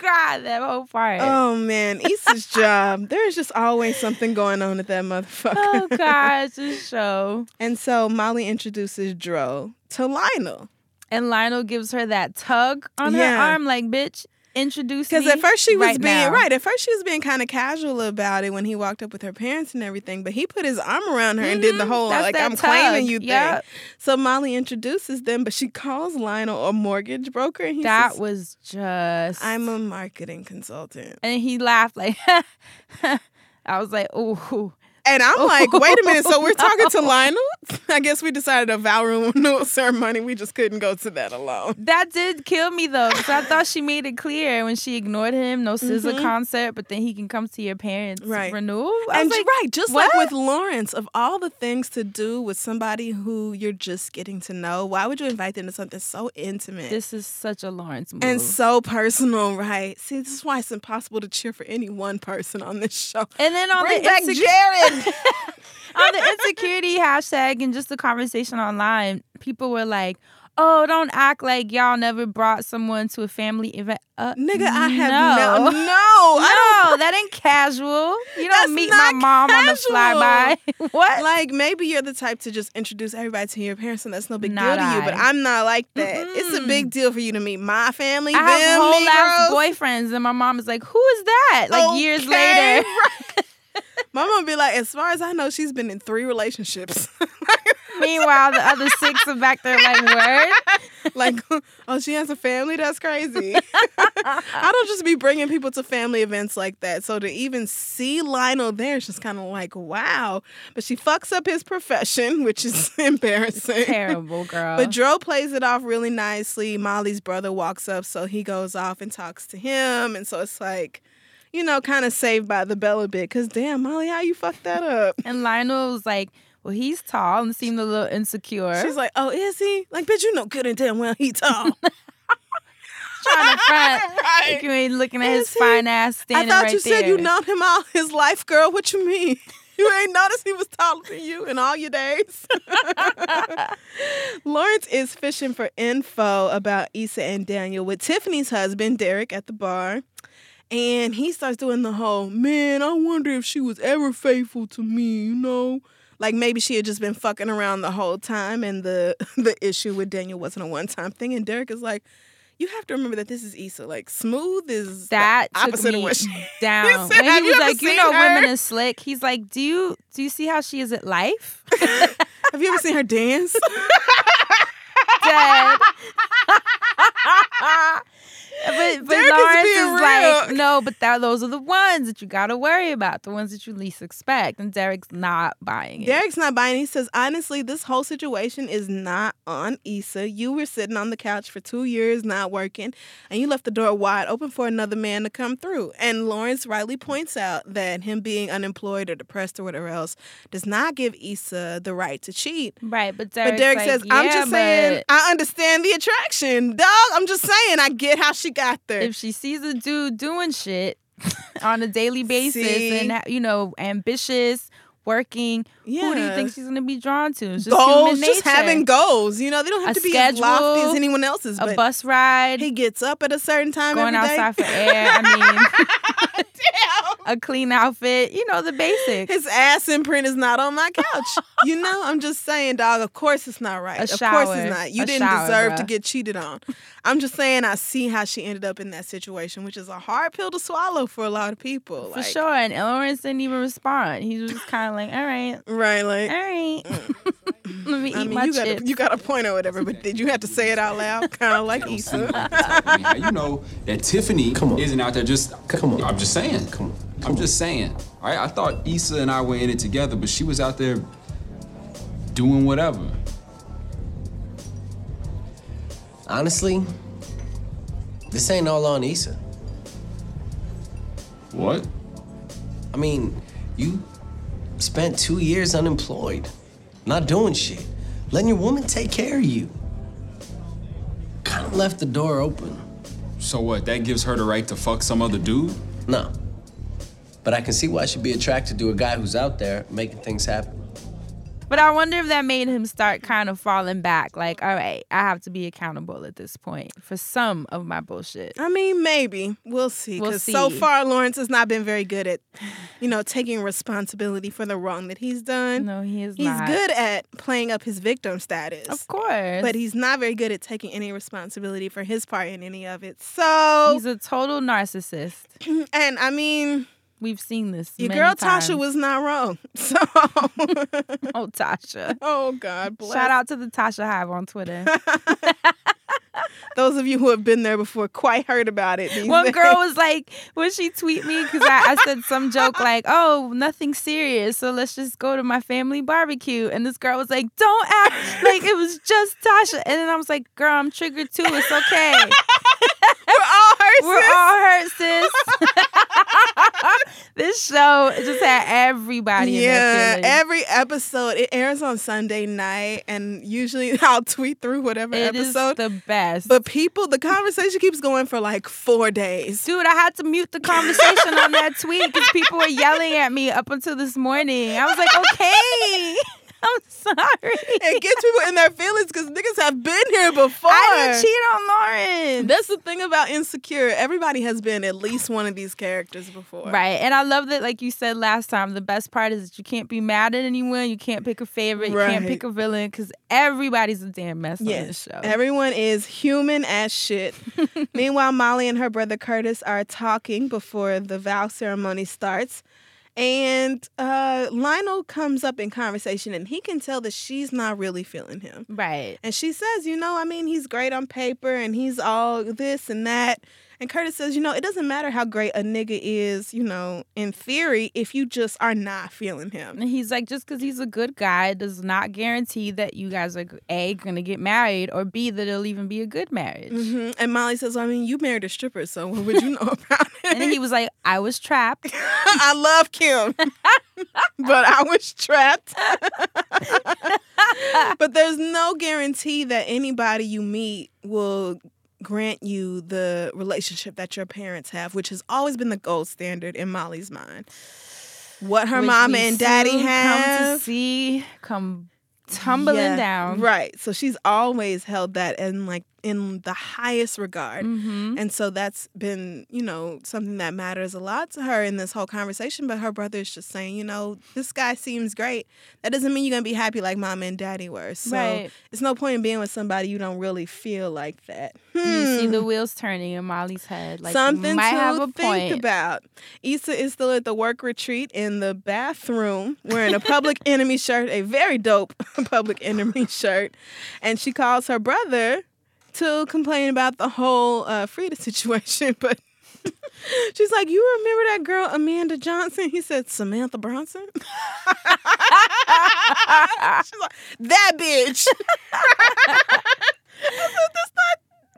Speaker 2: God, that whole part.
Speaker 1: Oh man, Issa's job. There is just always something going on at that motherfucker.
Speaker 2: oh gosh, this show.
Speaker 1: And so Molly introduces Dro to Lionel.
Speaker 2: And Lionel gives her that tug on her
Speaker 1: Yeah.
Speaker 2: arm, like, bitch, introduce
Speaker 1: Because
Speaker 2: me
Speaker 1: at first she was
Speaker 2: right
Speaker 1: being
Speaker 2: now."
Speaker 1: right. At first she was being kind of casual about it when he walked up with her parents and everything. But he put his arm around her and did the
Speaker 2: Mhm,
Speaker 1: whole
Speaker 2: that's
Speaker 1: like
Speaker 2: that
Speaker 1: I'm claiming
Speaker 2: tug,
Speaker 1: you
Speaker 2: yep.
Speaker 1: thing. So Molly introduces them, but she calls Lionel a mortgage broker. And he
Speaker 2: That
Speaker 1: says,
Speaker 2: was just.
Speaker 1: I'm a marketing consultant.
Speaker 2: and he laughed like. I was like, ooh,
Speaker 1: And
Speaker 2: Oh,
Speaker 1: I'm like, wait a minute. So we're talking to Lionel? I guess we decided a vow renewal ceremony. We just couldn't go to that alone.
Speaker 2: that did kill me though, because I thought she made it clear when she ignored him, no scissor concert, but then he can come to your parents'
Speaker 1: Mm-hmm. Right.
Speaker 2: renewal. I
Speaker 1: And
Speaker 2: was
Speaker 1: j-
Speaker 2: like,
Speaker 1: right, just like with Lawrence, of all the things to do with somebody who you're just getting to know, why would you invite them to something so intimate
Speaker 2: this is such a Lawrence move.
Speaker 1: and so personal? Right. See, this is why it's impossible to cheer for any one person on this show.
Speaker 2: And then on
Speaker 1: Bring
Speaker 2: the
Speaker 1: back
Speaker 2: insec-
Speaker 1: Jared.
Speaker 2: on the insecurity hashtag and just the conversation online, people were like, oh, don't act like y'all never brought someone to a family event. Uh,
Speaker 1: Nigga, I have no.
Speaker 2: no.
Speaker 1: No, I
Speaker 2: no, that ain't casual. You don't
Speaker 1: That's
Speaker 2: meet my
Speaker 1: not
Speaker 2: mom on the flyby. what?
Speaker 1: don't. Like, maybe you're the type to just introduce everybody to your parents, and that's no big
Speaker 2: Not
Speaker 1: deal to you, but
Speaker 2: I.
Speaker 1: I'm not like that. It's a
Speaker 2: Mm-mm.
Speaker 1: big deal for you to meet my family,
Speaker 2: I
Speaker 1: them,
Speaker 2: have whole ass
Speaker 1: Negroes.
Speaker 2: boyfriends, and my mom is like, "Who is that?" Like years
Speaker 1: Okay,
Speaker 2: later,
Speaker 1: right. My mom be like, as far as I know, she's been in three relationships.
Speaker 2: meanwhile the other six are back there like, "Word."
Speaker 1: like, oh, she has a family? That's crazy. I don't just be bringing people to family events like that. So to even see Lionel there, it's just kind of like, wow. But she fucks up his profession, which is embarrassing.
Speaker 2: Terrible girl.
Speaker 1: But Dro plays it off really nicely. Molly's brother walks up, so he goes off and talks to him. And so it's like, you know, kind of saved by the bell a bit. Because damn, Molly, how you fucked that up?
Speaker 2: and Lionel was like, "Well, he's tall and seemed a little insecure."
Speaker 1: She's like, oh, is he? Like, bitch, you know good and damn well he tall.
Speaker 2: trying to front.
Speaker 1: Right.
Speaker 2: Like, you ain't looking at
Speaker 1: Is
Speaker 2: his
Speaker 1: he?
Speaker 2: fine ass
Speaker 1: I
Speaker 2: standing
Speaker 1: thought
Speaker 2: right
Speaker 1: you said you
Speaker 2: there.
Speaker 1: known him all his life, girl. What you mean? You ain't noticed he was taller than you in all your days. Lawrence is fishing for info about Issa and Daniel with Tiffany's husband, Derek, at the bar. And he starts doing the whole, man, I wonder if she was ever faithful to me, you know? Like maybe she had just been fucking around the whole time and the the issue with Daniel wasn't a one time thing. And Derek is like, you have to remember that this is Issa. Like smooth is the
Speaker 2: That took
Speaker 1: opposite
Speaker 2: me
Speaker 1: of what she
Speaker 2: down.
Speaker 1: said,
Speaker 2: when he
Speaker 1: "Have you
Speaker 2: was
Speaker 1: ever
Speaker 2: like, "You
Speaker 1: seen
Speaker 2: know,
Speaker 1: her?"
Speaker 2: women are slick." He's like, "Do you do you see how she is at life?"
Speaker 1: Have you ever seen her dance?
Speaker 2: dead. but but
Speaker 1: Derek is
Speaker 2: Lawrence is,
Speaker 1: being
Speaker 2: like,
Speaker 1: real.
Speaker 2: no, but that those are the ones that you gotta worry about, the ones that you least expect. And Derek's not buying it.
Speaker 1: Derek's not buying. it. He says, honestly, this whole situation is not on Issa. You were sitting on the couch for two years, not working, and you left the door wide open for another man to come through. And Lawrence rightly points out that him being unemployed or depressed or whatever else does not give Issa the right to cheat.
Speaker 2: right, but Derek's
Speaker 1: But Derek
Speaker 2: like,
Speaker 1: says, I'm
Speaker 2: "Yeah,
Speaker 1: just saying,
Speaker 2: but
Speaker 1: I understand the attraction, dog. I'm just saying, I get how she got there.
Speaker 2: if she sees a dude doing shit on a daily basis
Speaker 1: See?
Speaker 2: and you know, ambitious, working, who do you
Speaker 1: Yeah.
Speaker 2: think she's gonna be drawn to? It's just
Speaker 1: goals,
Speaker 2: human nature.
Speaker 1: just having goals. You know, they don't have to
Speaker 2: A
Speaker 1: be as lofty
Speaker 2: schedule,
Speaker 1: as anyone else's.
Speaker 2: a
Speaker 1: But
Speaker 2: bus ride,
Speaker 1: he gets up at a certain time
Speaker 2: going
Speaker 1: every day.
Speaker 2: outside for air. I mean, a clean outfit, you know, the basics.
Speaker 1: His ass imprint is not on my couch. you know, I'm just saying, dog. Of course it's not right.
Speaker 2: A
Speaker 1: of course
Speaker 2: shower.
Speaker 1: it's not. You
Speaker 2: A
Speaker 1: didn't
Speaker 2: shower,
Speaker 1: deserve to
Speaker 2: bruh.
Speaker 1: get cheated on. I'm just saying, I see how she ended up in that situation, which is a hard pill to swallow for a lot of people.
Speaker 2: For
Speaker 1: like,
Speaker 2: sure. And Lawrence didn't even respond. He was just kind of like, all right,
Speaker 1: Right,
Speaker 2: all
Speaker 1: like.
Speaker 2: right. Let me
Speaker 1: Mm.
Speaker 2: eat
Speaker 1: I mean,
Speaker 2: my
Speaker 1: you got,
Speaker 2: chips.
Speaker 1: a, you got a point or whatever, but did you have to say it out loud? Kind of like Issa.
Speaker 4: Now, you know that Tiffany
Speaker 9: Come on.
Speaker 4: isn't out there just.
Speaker 9: Come on.
Speaker 4: I'm just saying.
Speaker 9: Come on.
Speaker 4: I'm just saying. All right. I thought Issa and I were in it together, but she was out there doing whatever.
Speaker 9: Honestly, this ain't all on Issa.
Speaker 4: What?
Speaker 9: I mean, you spent two years unemployed, not doing shit, letting your woman take care of you. Kind of left the door open.
Speaker 4: So what? That gives her the right to fuck some other dude?
Speaker 9: No. But I can see why she'd be attracted to a guy who's out there making things happen.
Speaker 2: but I wonder if that made him start kind of falling back. Like, all right, I have to be accountable at this point for some of my bullshit.
Speaker 1: I mean, maybe we'll see.
Speaker 2: We'll
Speaker 1: Because so
Speaker 2: see.
Speaker 1: far, Lawrence has not been very good at, you know, taking responsibility for the wrong that he's done.
Speaker 2: No, he is
Speaker 1: he's
Speaker 2: not.
Speaker 1: good at playing up his victim status,
Speaker 2: Of course.
Speaker 1: but he's not very good at taking any responsibility for his part in any of it. So,
Speaker 2: He's a total narcissist.
Speaker 1: and I mean,
Speaker 2: We've seen this.
Speaker 1: your
Speaker 2: many
Speaker 1: girl
Speaker 2: times.
Speaker 1: Tasha was not wrong. So,
Speaker 2: Oh, Tasha.
Speaker 1: oh God, bless.
Speaker 2: Shout out to the Tasha Hive on Twitter.
Speaker 1: those of you who have been there before. Quite heard about it. these
Speaker 2: One
Speaker 1: days.
Speaker 2: girl was like, "Would she tweet me?" Because I, I said some joke like, "Oh, nothing serious, so let's just go to my family barbecue." And this girl was like, "Don't act like it was just Tasha." And then I was like, "Girl, I'm triggered too. It's okay.
Speaker 1: we're all hurt.
Speaker 2: We're
Speaker 1: sis.
Speaker 2: all hurt, sis." this show just had everybody.
Speaker 1: Yeah,
Speaker 2: in their feelings.
Speaker 1: every episode it airs on Sunday night, and usually I'll tweet through whatever
Speaker 2: It is
Speaker 1: episode.
Speaker 2: the best.
Speaker 1: but people, the conversation keeps going for like four days.
Speaker 2: Dude, I had to mute the conversation on that tweet because people were yelling at me up until this morning. I was like, okay. I'm sorry.
Speaker 1: It gets people in their feelings because niggas have been here before.
Speaker 2: I didn't cheat on Lauren.
Speaker 1: That's the thing about Insecure. Everybody has been at least one of these characters before.
Speaker 2: Right. And I love that, like you said last time, the best part is that you can't be mad at anyone. You can't pick a favorite. You can't
Speaker 1: Right.
Speaker 2: pick a villain because everybody's a damn mess on this
Speaker 1: Yes.
Speaker 2: show.
Speaker 1: Everyone is human as shit. Meanwhile, Molly and her brother Curtis are talking before the vow ceremony starts. And uh, Lionel comes up in conversation and he can tell that she's not really feeling him.
Speaker 2: right.
Speaker 1: And she says, you know, I mean, he's great on paper and he's all this and that. And Curtis says, you know, it doesn't matter how great a nigga is, you know, in theory, if you just are not feeling him.
Speaker 2: And he's like, just because he's a good guy does not guarantee that you guys are A, going to get married, or B, that it'll even be a good marriage.
Speaker 1: hmm And Molly says, well, I mean, you married a stripper, so what would you know about it?
Speaker 2: Mm-hmm. And then he was like, I was trapped.
Speaker 1: I love Kim, but I was trapped. but there's no guarantee that anybody you meet will grant you the relationship that your parents have, which has always been the gold standard in Molly's mind. What her
Speaker 2: which
Speaker 1: mama
Speaker 2: we
Speaker 1: and daddy
Speaker 2: soon Come
Speaker 1: have.
Speaker 2: to see come tumbling
Speaker 1: Yeah,
Speaker 2: down.
Speaker 1: Right. So she's always held that in like in the highest regard.
Speaker 2: Mhm.
Speaker 1: And so that's been, you know, something that matters a lot to her in this whole conversation. But her brother is just saying, you know, this guy seems great. That doesn't mean you're gonna be happy like mama and daddy were. So
Speaker 2: Right.
Speaker 1: it's no point in being with somebody you don't really feel like that.
Speaker 2: You see
Speaker 1: Hmm.
Speaker 2: the wheels turning in Molly's head. Like
Speaker 1: Something
Speaker 2: you might
Speaker 1: to
Speaker 2: have a
Speaker 1: think
Speaker 2: point.
Speaker 1: about. Issa is still at the work retreat in the bathroom wearing a public enemy shirt, a very dope public enemy shirt. And she calls her brother to complain about the whole uh, Frida situation. But she's like, You remember that girl, Amanda Johnson? He said, Samantha Bronson? she's like, That bitch.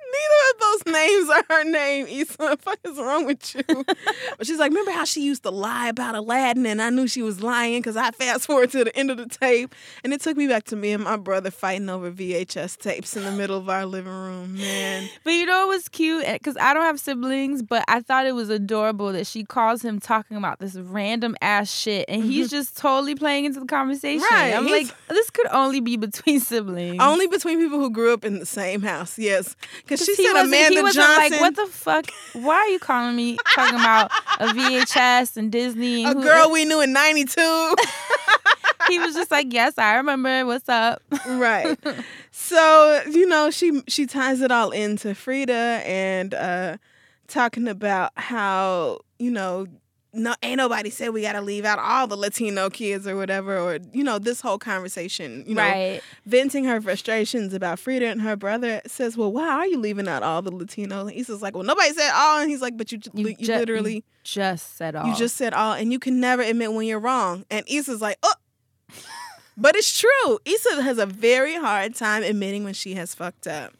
Speaker 1: Neither of those names are her name, Issa. What the fuck is wrong with you? but she's like, remember how she used to lie about Aladdin and I knew she was lying because I fast forward to the end of the tape. And it took me back to me and my brother fighting over VHS tapes in the middle of our living room, man.
Speaker 2: But you know it was cute because I don't have siblings, but I thought it was adorable that she calls him talking about this random ass shit, and he's just totally playing into the conversation.
Speaker 1: Mm-hmm. Right,
Speaker 2: I'm
Speaker 1: he's-
Speaker 2: like, this could only be between siblings.
Speaker 1: Only between people who grew up in the same house, yes. Because
Speaker 2: 'Cause
Speaker 1: she
Speaker 2: he
Speaker 1: said
Speaker 2: wasn't-
Speaker 1: Amanda
Speaker 2: he wasn't
Speaker 1: Johnson.
Speaker 2: like, what the fuck? Why are you calling me talking about a VHS and Disney?
Speaker 1: a
Speaker 2: And who-
Speaker 1: girl we knew in 92.
Speaker 2: He was just like, yes, I remember. What's up?
Speaker 1: right. So you know she she ties it all into Frida and uh talking about how you know no ain't nobody said we got to leave out all the Latino kids or whatever or you know this whole conversation you know
Speaker 2: right.
Speaker 1: venting her frustrations about Frida and her brother says well why are you leaving out all the Latinos and Issa's like well nobody said all and he's like but you ju- you,
Speaker 2: ju-
Speaker 1: literally
Speaker 2: just said all.
Speaker 1: you just said all, and you can never admit when you're wrong. And Issa's like, oh. but it's true. Issa has a very hard time admitting when she has fucked up.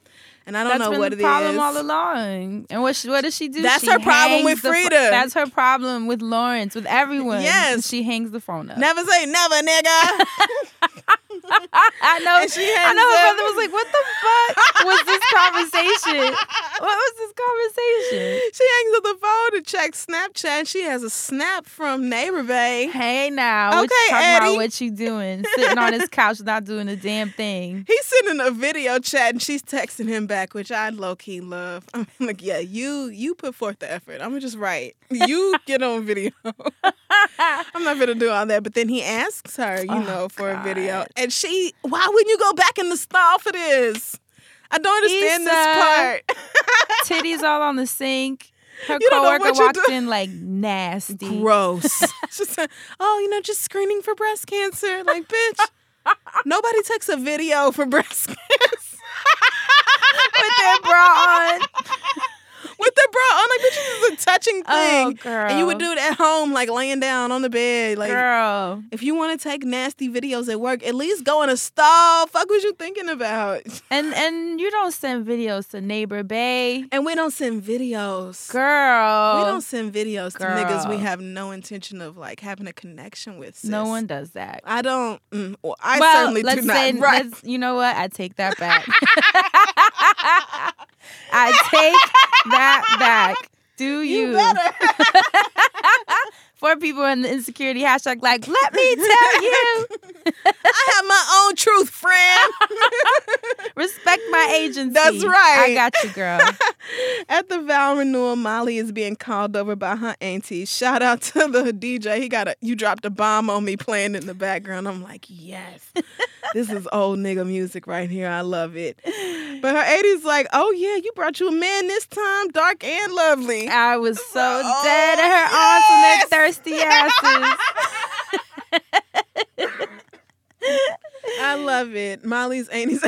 Speaker 1: And I don't
Speaker 2: That's
Speaker 1: know
Speaker 2: been
Speaker 1: what
Speaker 2: the
Speaker 1: it is.
Speaker 2: problem all along. And what she, what does she do?
Speaker 1: That's
Speaker 2: She
Speaker 1: her problem
Speaker 2: hangs
Speaker 1: with
Speaker 2: the pho-
Speaker 1: Frida.
Speaker 2: that's her problem with Lawrence, with everyone.
Speaker 1: Yes.
Speaker 2: she hangs the phone up.
Speaker 1: Never say never, nigga.
Speaker 2: I know.
Speaker 1: And she
Speaker 2: I
Speaker 1: hangs
Speaker 2: know. Her
Speaker 1: up.
Speaker 2: brother was like, "What the fuck was this conversation? What was this conversation?"
Speaker 1: she hangs up the phone to check Snapchat. She has a snap from neighbor bae.
Speaker 2: Hey now, what
Speaker 1: Okay,
Speaker 2: you talking
Speaker 1: Eddie.
Speaker 2: about what you doing? Sitting on this couch not doing a damn thing.
Speaker 1: He's sending a video chat and she's texting him back, which I low key love. I'm like, yeah, you you put forth the effort. I'm just right. You get on video. I'm not gonna do all that. But then he asks her, you
Speaker 2: Oh,
Speaker 1: know, for a video,
Speaker 2: God.
Speaker 1: and she, why wouldn't you go back in the stall for this? I don't understand
Speaker 2: Issa.
Speaker 1: this
Speaker 2: Titties all on the sink. Her
Speaker 1: You don't know
Speaker 2: coworker
Speaker 1: what you
Speaker 2: walked
Speaker 1: do-
Speaker 2: in like nasty.
Speaker 1: part. Gross. she said, oh, you know, just screening for breast cancer. Like, bitch, nobody takes a video for breast cancer.
Speaker 2: With their bra on.
Speaker 1: with the bra on. Like, bitch, this is a touching thing.
Speaker 2: Oh, girl.
Speaker 1: And you would do it at home, like laying down on the bed. Like,
Speaker 2: Girl.
Speaker 1: if you want to take nasty videos at work, at least go in a stall. Fuck was you thinking about?
Speaker 2: And and you don't send videos to neighbor bay.
Speaker 1: And we don't send videos.
Speaker 2: Girl.
Speaker 1: We don't send videos to niggas we
Speaker 2: Girl.
Speaker 1: have no intention of like having a connection with. Sis.
Speaker 2: no one does that.
Speaker 1: I don't. Mm, well, I
Speaker 2: well,
Speaker 1: certainly
Speaker 2: let's
Speaker 1: do not.
Speaker 2: say-
Speaker 1: right.
Speaker 2: let's- you know what? I take that back. I take that back. Do you?
Speaker 1: better.
Speaker 2: for people in the insecurity hashtag. Like, let me tell you,
Speaker 1: I have my own truth, friend.
Speaker 2: respect my agency.
Speaker 1: That's right.
Speaker 2: I got you, girl.
Speaker 1: At the vow renewal, Molly is being called over by her auntie. Shout out to the DJ. He got a you dropped a bomb on me playing in the background. I'm like, yes. this is old nigga music right here. I love it. But her auntie's like, oh yeah, you brought you a man this time, dark and lovely.
Speaker 2: I was so
Speaker 1: Oh,
Speaker 2: dead at her
Speaker 1: yes.
Speaker 2: arms and their thirsty asses.
Speaker 1: I love it. Molly's auntie's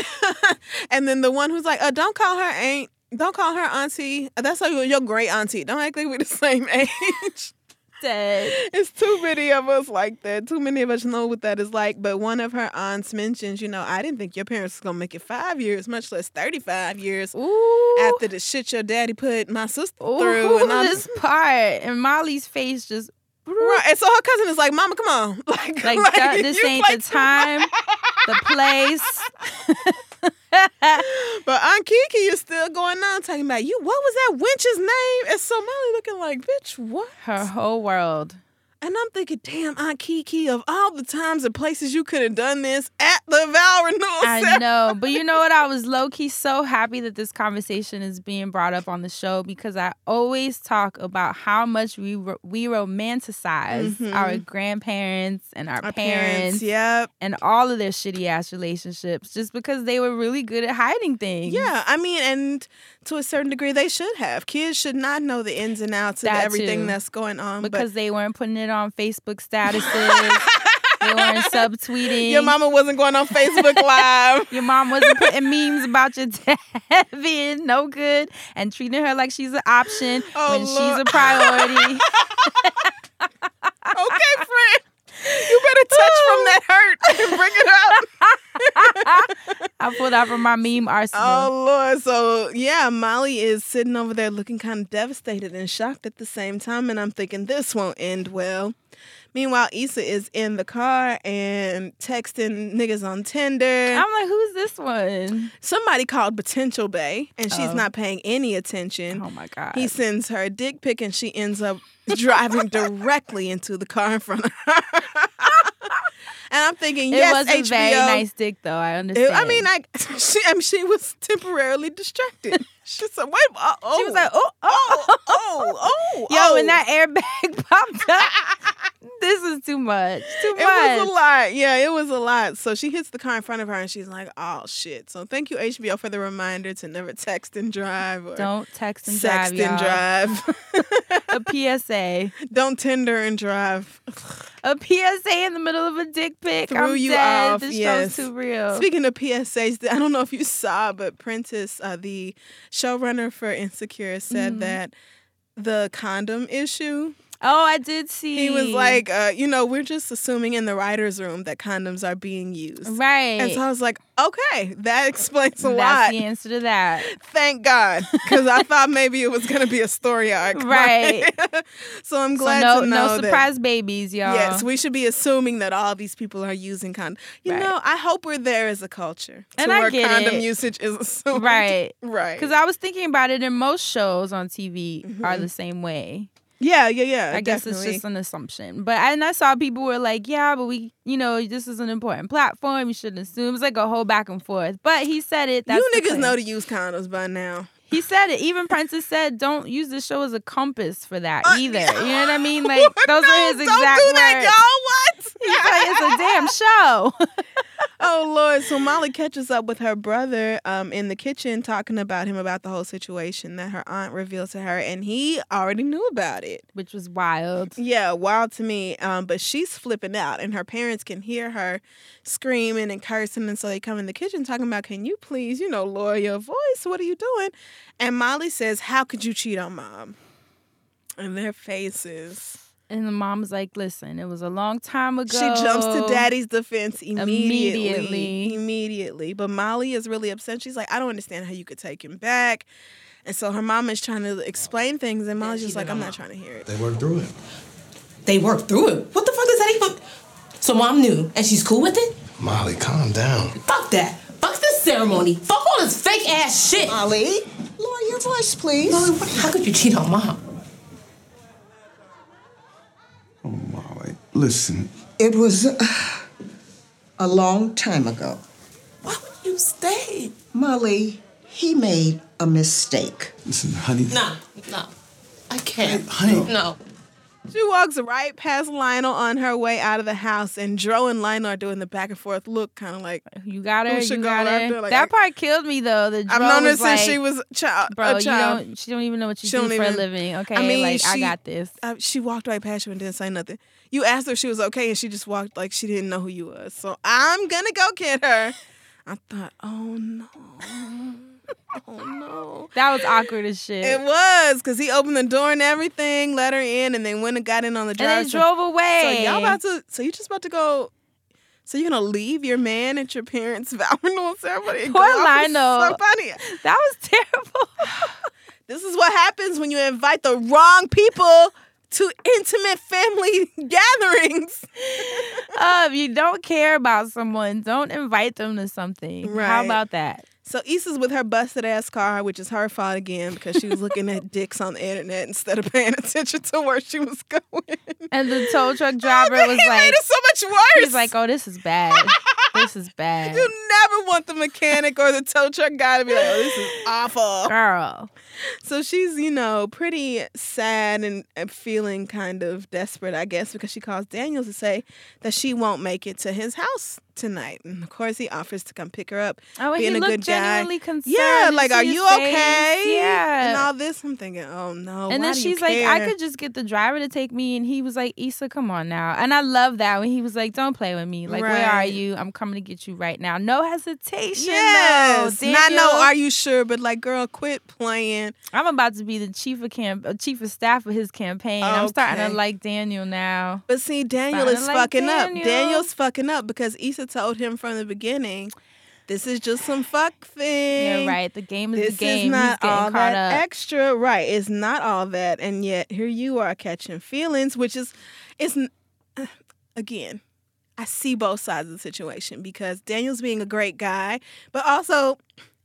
Speaker 1: and then the one who's like, uh, don't call her aunt. Don't call her auntie. That's like your great auntie. Don't act like we're the same age.
Speaker 2: Dead.
Speaker 1: it's too many of us like that. Too many of us know what that is like. But one of her aunts mentions, you know, I didn't think your parents was gonna make it five years, much less thirty-five years
Speaker 2: Ooh.
Speaker 1: after the shit your daddy put my sister
Speaker 2: Ooh,
Speaker 1: through. And I'm
Speaker 2: this part. And Molly's face just
Speaker 1: right. And so her cousin is like, Mama, come on, like,
Speaker 2: like, that, this
Speaker 1: you
Speaker 2: ain't
Speaker 1: like-
Speaker 2: the time, the place.
Speaker 1: But Aunt Kiki is still going on talking about you. What was that winch's name? And so Molly looking like, bitch, what?
Speaker 2: Her whole world.
Speaker 1: And I'm thinking, damn, Aunt Kiki, of all the times and places you could have done this at the vow renewal
Speaker 2: I
Speaker 1: ceremony.
Speaker 2: know. But you know what? I was low key so happy that this conversation is being brought up on the show because I always talk about how much we ro- we romanticize
Speaker 1: Mhm.
Speaker 2: our grandparents and our,
Speaker 1: Our
Speaker 2: parents,
Speaker 1: Yep.
Speaker 2: and all of their shitty ass relationships just because they were really good at hiding things.
Speaker 1: Yeah, I mean, and to a certain degree, they should have. Kids should not know the ins and outs of
Speaker 2: That
Speaker 1: everything
Speaker 2: too.
Speaker 1: that's going on.
Speaker 2: because they weren't putting it on Facebook statuses. they weren't
Speaker 1: but
Speaker 2: subtweeting.
Speaker 1: your mama wasn't going on Facebook Live.
Speaker 2: Your mom wasn't putting memes about your dad being no good and treating her like she's an option
Speaker 1: Oh,
Speaker 2: when she's a
Speaker 1: Lord.
Speaker 2: priority.
Speaker 1: okay, friend. You better touch from that hurt and bring it up.
Speaker 2: I pulled out from my meme arsenal.
Speaker 1: Oh Lord! So yeah, Molly is sitting over there looking kind of devastated and shocked at the same time, and I'm thinking this won't end well. Meanwhile, Issa is in the car and texting niggas on Tinder.
Speaker 2: I'm like, who's this one?
Speaker 1: Somebody called Potential Bay, and she's
Speaker 2: Oh.
Speaker 1: not paying any attention.
Speaker 2: Oh my god.
Speaker 1: He sends her a dick pic, and she ends up driving directly into the car in front of her. and I'm thinking,
Speaker 2: it
Speaker 1: yes,
Speaker 2: was a
Speaker 1: HBO.
Speaker 2: very nice dick though. I
Speaker 1: It-
Speaker 2: understand.
Speaker 1: I mean, I she I mean, she was temporarily distracted. She said, "Wait, uh, oh."
Speaker 2: she was like, oh, oh,
Speaker 1: "Oh, oh, oh."
Speaker 2: yo,
Speaker 1: oh.
Speaker 2: when that airbag popped up, this is too much. Too
Speaker 1: it
Speaker 2: much.
Speaker 1: was a lot. Yeah, it was a lot. So she hits the car in front of her, and she's like, "Oh shit!" So thank you HBO for the reminder to never text and drive or
Speaker 2: Don't text and
Speaker 1: sext
Speaker 2: drive,
Speaker 1: and
Speaker 2: y'all.
Speaker 1: drive.
Speaker 2: A PSA.
Speaker 1: Don't Tinder and drive.
Speaker 2: A PSA in the middle of a dick pic.
Speaker 1: Threw
Speaker 2: I'm
Speaker 1: you
Speaker 2: dead.
Speaker 1: off,
Speaker 2: This
Speaker 1: yes.
Speaker 2: show's too real.
Speaker 1: Speaking of PSAs, I don't know if you saw, but Prentice, uh, the showrunner for Insecure, said
Speaker 2: Mm-hmm.
Speaker 1: that the condom issue
Speaker 2: oh, I did see.
Speaker 1: He was like, uh, you know, we're just assuming in the writer's room that condoms are being used.
Speaker 2: right.
Speaker 1: And so I was like, okay, that explains a
Speaker 2: That's
Speaker 1: lot.
Speaker 2: the answer to that.
Speaker 1: Thank God. Because I thought maybe it was going to be a story arc.
Speaker 2: Right.
Speaker 1: so I'm
Speaker 2: So
Speaker 1: glad
Speaker 2: no,
Speaker 1: to know
Speaker 2: no
Speaker 1: that-
Speaker 2: surprise babies, y'all.
Speaker 1: Yes, we should be assuming that all these people are using condoms. You
Speaker 2: Right.
Speaker 1: know, I hope we're there as a culture. to
Speaker 2: And I
Speaker 1: where
Speaker 2: get
Speaker 1: condom
Speaker 2: it.
Speaker 1: usage is assumed.
Speaker 2: right.
Speaker 1: Right.
Speaker 2: Because I was thinking about it, and most shows on TV are
Speaker 1: Mm-hmm.
Speaker 2: the same way.
Speaker 1: yeah, yeah, yeah.
Speaker 2: I guess
Speaker 1: definitely.
Speaker 2: it's just an assumption. But and I saw people were like, "Yeah, but we, you know, this is an important platform. You shouldn't assume." It's like a whole back and forth. But he said it. That's
Speaker 1: you
Speaker 2: the
Speaker 1: niggas
Speaker 2: claim.
Speaker 1: know to use condoms by now.
Speaker 2: He said it. Even Princess said, "Don't use the show as a compass for that either." You know what I mean? Like those
Speaker 1: No,
Speaker 2: are his
Speaker 1: don't
Speaker 2: exact
Speaker 1: do
Speaker 2: words.
Speaker 1: that, y'all. What?
Speaker 2: He's like, "It's a damn show."
Speaker 1: Oh Lord! So Molly catches up with her brother um, in the kitchen, talking about him about the whole situation that her aunt revealed to her, and he already knew about it.
Speaker 2: Which was wild.
Speaker 1: Yeah, wild to me. Um, but she's flipping out, and her parents can hear her screaming and cursing, and so they come in the kitchen talking about, "Can you please, you know, lower your voice? What are you doing?" And Molly says, "How could you cheat on mom?" And their faces.
Speaker 2: And the mom's like, "Listen, it was a long time ago."
Speaker 1: She jumps to daddy's defense immediately. Immediately.
Speaker 2: Immediately.
Speaker 1: But Molly is really upset. She's like, I don't understand how you could take him back. And so her mom is trying to explain things, and Molly's just like, I'm not trying to hear it.
Speaker 10: They worked through it.
Speaker 3: They worked through it. What the fuck is that even? So mom knew, and she's cool with it?
Speaker 10: Molly, calm down.
Speaker 3: Fuck that. Fuck this ceremony. Fuck all this fake ass shit.
Speaker 5: Molly, lower your voice, please.
Speaker 3: How could you cheat on mom?
Speaker 10: Listen,
Speaker 3: It was uh, a long time ago. Why would
Speaker 5: you stay?
Speaker 3: Molly, he made a mistake.
Speaker 10: listen, honey.
Speaker 3: No,
Speaker 5: no.
Speaker 3: I can't.
Speaker 10: Honey.
Speaker 3: No.
Speaker 1: She walks right past Lionel on her way out of the house, and Dro and Lionel are doing the back and forth look, kind of like
Speaker 2: you got her, you got her.
Speaker 1: Like,
Speaker 2: that part killed me though. The
Speaker 1: I've
Speaker 2: Joe
Speaker 1: known her
Speaker 2: was
Speaker 1: since
Speaker 2: like,
Speaker 1: she was a child.
Speaker 2: Bro,
Speaker 1: a
Speaker 2: you
Speaker 1: child.
Speaker 2: don't. She don't even know what you
Speaker 1: She
Speaker 2: do
Speaker 1: don't
Speaker 2: for
Speaker 1: even-
Speaker 2: a living. Okay,
Speaker 1: I mean,
Speaker 2: like I
Speaker 1: she-
Speaker 2: got this.
Speaker 1: I, she walked right past you and didn't say nothing. You asked her if she was okay, and she just walked like she didn't know who you was. So I'm gonna go get her. I thought, oh no, oh no.
Speaker 2: That was awkward as shit.
Speaker 1: It was because he opened the door and everything, let her in, and then went and got in on the
Speaker 2: And
Speaker 1: drive.
Speaker 2: they drove away.
Speaker 1: So y'all about to? So you just about to go? So you're gonna leave your man at your parents' vow renewal ceremony? and go
Speaker 2: Poor
Speaker 1: off with
Speaker 2: Lionel.
Speaker 1: Somebody.
Speaker 2: That was terrible.
Speaker 1: this is what happens when you invite the wrong people to intimate family gatherings.
Speaker 2: Uh, if you don't care about someone, don't invite them to something. How
Speaker 1: Right.
Speaker 2: about that?
Speaker 1: So Issa's with her busted ass car, which is her fault again because she was looking at dicks on the internet instead of paying attention to where she was going.
Speaker 2: And the tow truck driver
Speaker 1: but
Speaker 2: was
Speaker 1: he
Speaker 2: like,
Speaker 1: made it so much worse.
Speaker 2: He's like, oh, this is bad. this is bad.
Speaker 1: You never want the mechanic or the tow truck guy to be like, oh, this is awful.
Speaker 2: Girl.
Speaker 1: So she's, you know, pretty sad and, and feeling kind of desperate, I guess, because she calls Daniel to say that she won't make it to his house tonight. And of course, he offers to come pick her up.
Speaker 2: Oh, and
Speaker 1: being
Speaker 2: he
Speaker 1: a
Speaker 2: looked
Speaker 1: good
Speaker 2: genuinely
Speaker 1: guy.
Speaker 2: concerned.
Speaker 1: Yeah,
Speaker 2: You
Speaker 1: like,
Speaker 2: see
Speaker 1: are
Speaker 2: his
Speaker 1: you
Speaker 2: face?
Speaker 1: okay?
Speaker 2: Yeah.
Speaker 1: And all this, I'm thinking, oh no. why
Speaker 2: and then
Speaker 1: do you
Speaker 2: she's like, I
Speaker 1: care?"
Speaker 2: could just get the driver to take me. And he was like, Issa, come on now. And I love that when he was like, don't play with me. Like, where are
Speaker 1: Right.
Speaker 2: you? I'm coming to get you right now. No hesitation.
Speaker 1: Yes.
Speaker 2: No,
Speaker 1: Not no,
Speaker 2: Daniel.
Speaker 1: are you sure? But like, girl, quit playing.
Speaker 2: I'm about to be the chief of camp, uh, chief of staff of his campaign. I'm starting to
Speaker 1: Okay.
Speaker 2: like Daniel now.
Speaker 1: But see, Daniel
Speaker 2: Sounded
Speaker 1: is
Speaker 2: like
Speaker 1: fucking
Speaker 2: Daniel.
Speaker 1: up. Daniel's fucking up because Issa told him from the beginning, this is just some fuck thing.
Speaker 2: You're right. The game is
Speaker 1: This
Speaker 2: the game.
Speaker 1: is
Speaker 2: He's
Speaker 1: not
Speaker 2: getting
Speaker 1: all
Speaker 2: caught
Speaker 1: that
Speaker 2: up.
Speaker 1: extra, right? It's not all that, and yet here you are catching feelings, which is, it's n- again, I see both sides of the situation because Daniel's being a great guy, but also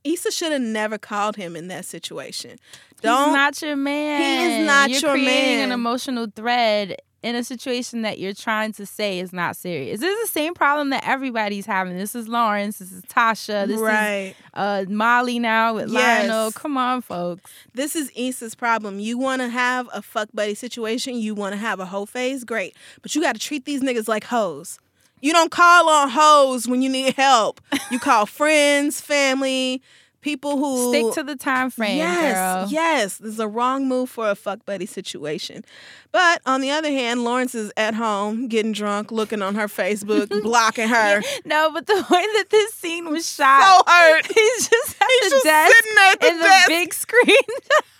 Speaker 1: Issa should have never called him in that situation. Don't
Speaker 2: He's not your man.
Speaker 1: not
Speaker 2: you're
Speaker 1: your
Speaker 2: creating an
Speaker 1: man.
Speaker 2: emotional thread in a situation that you're trying to say is not serious. This is the same problem that everybody's having. This is Lawrence. This is Tasha. This is
Speaker 1: Right.
Speaker 2: uh, Molly now with
Speaker 1: Yes.
Speaker 2: Lionel. Come on, folks.
Speaker 1: This is Issa's problem. You want to have a fuck buddy situation. You want to have a hoe phase. Great. But you got to treat these niggas like hoes. You don't call on hoes when you need help. You call friends, family, people who
Speaker 2: Stick to the time frame,
Speaker 1: yes,
Speaker 2: girl.
Speaker 1: Yes, this is a wrong move for a fuck buddy situation. But on the other hand, Lawrence is at home getting drunk, looking on her Facebook, blocking her.
Speaker 2: No, but the way that this scene was shot,
Speaker 1: So hurt.
Speaker 2: he's just at
Speaker 1: He's
Speaker 2: the
Speaker 1: just
Speaker 2: desk
Speaker 1: sitting there at the
Speaker 2: in the
Speaker 1: desk.
Speaker 2: big screen.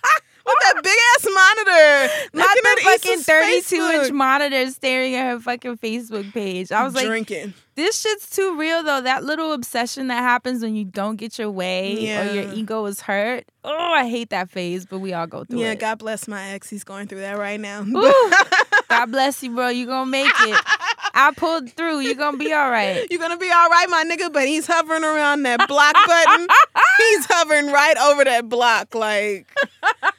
Speaker 1: With that big ass monitor,
Speaker 2: Not
Speaker 1: looking
Speaker 2: the
Speaker 1: at
Speaker 2: fucking
Speaker 1: Issa's
Speaker 2: 32
Speaker 1: Facebook.
Speaker 2: inch monitor staring at her fucking Facebook page. I was like,
Speaker 1: drinking.
Speaker 2: this shit's too real though. That little obsession that happens when you don't get your way or your
Speaker 1: Yeah.
Speaker 2: ego is hurt. Oh, I hate that phase, but we all go through
Speaker 1: Yeah,
Speaker 2: it.
Speaker 1: God bless my ex. He's going through that right now.
Speaker 2: Ooh, God bless you, bro. You gonna make it. I pulled through. You're gonna be all right.
Speaker 1: You're gonna be all right, my nigga, but he's hovering around that block button. he's hovering right over that block. Like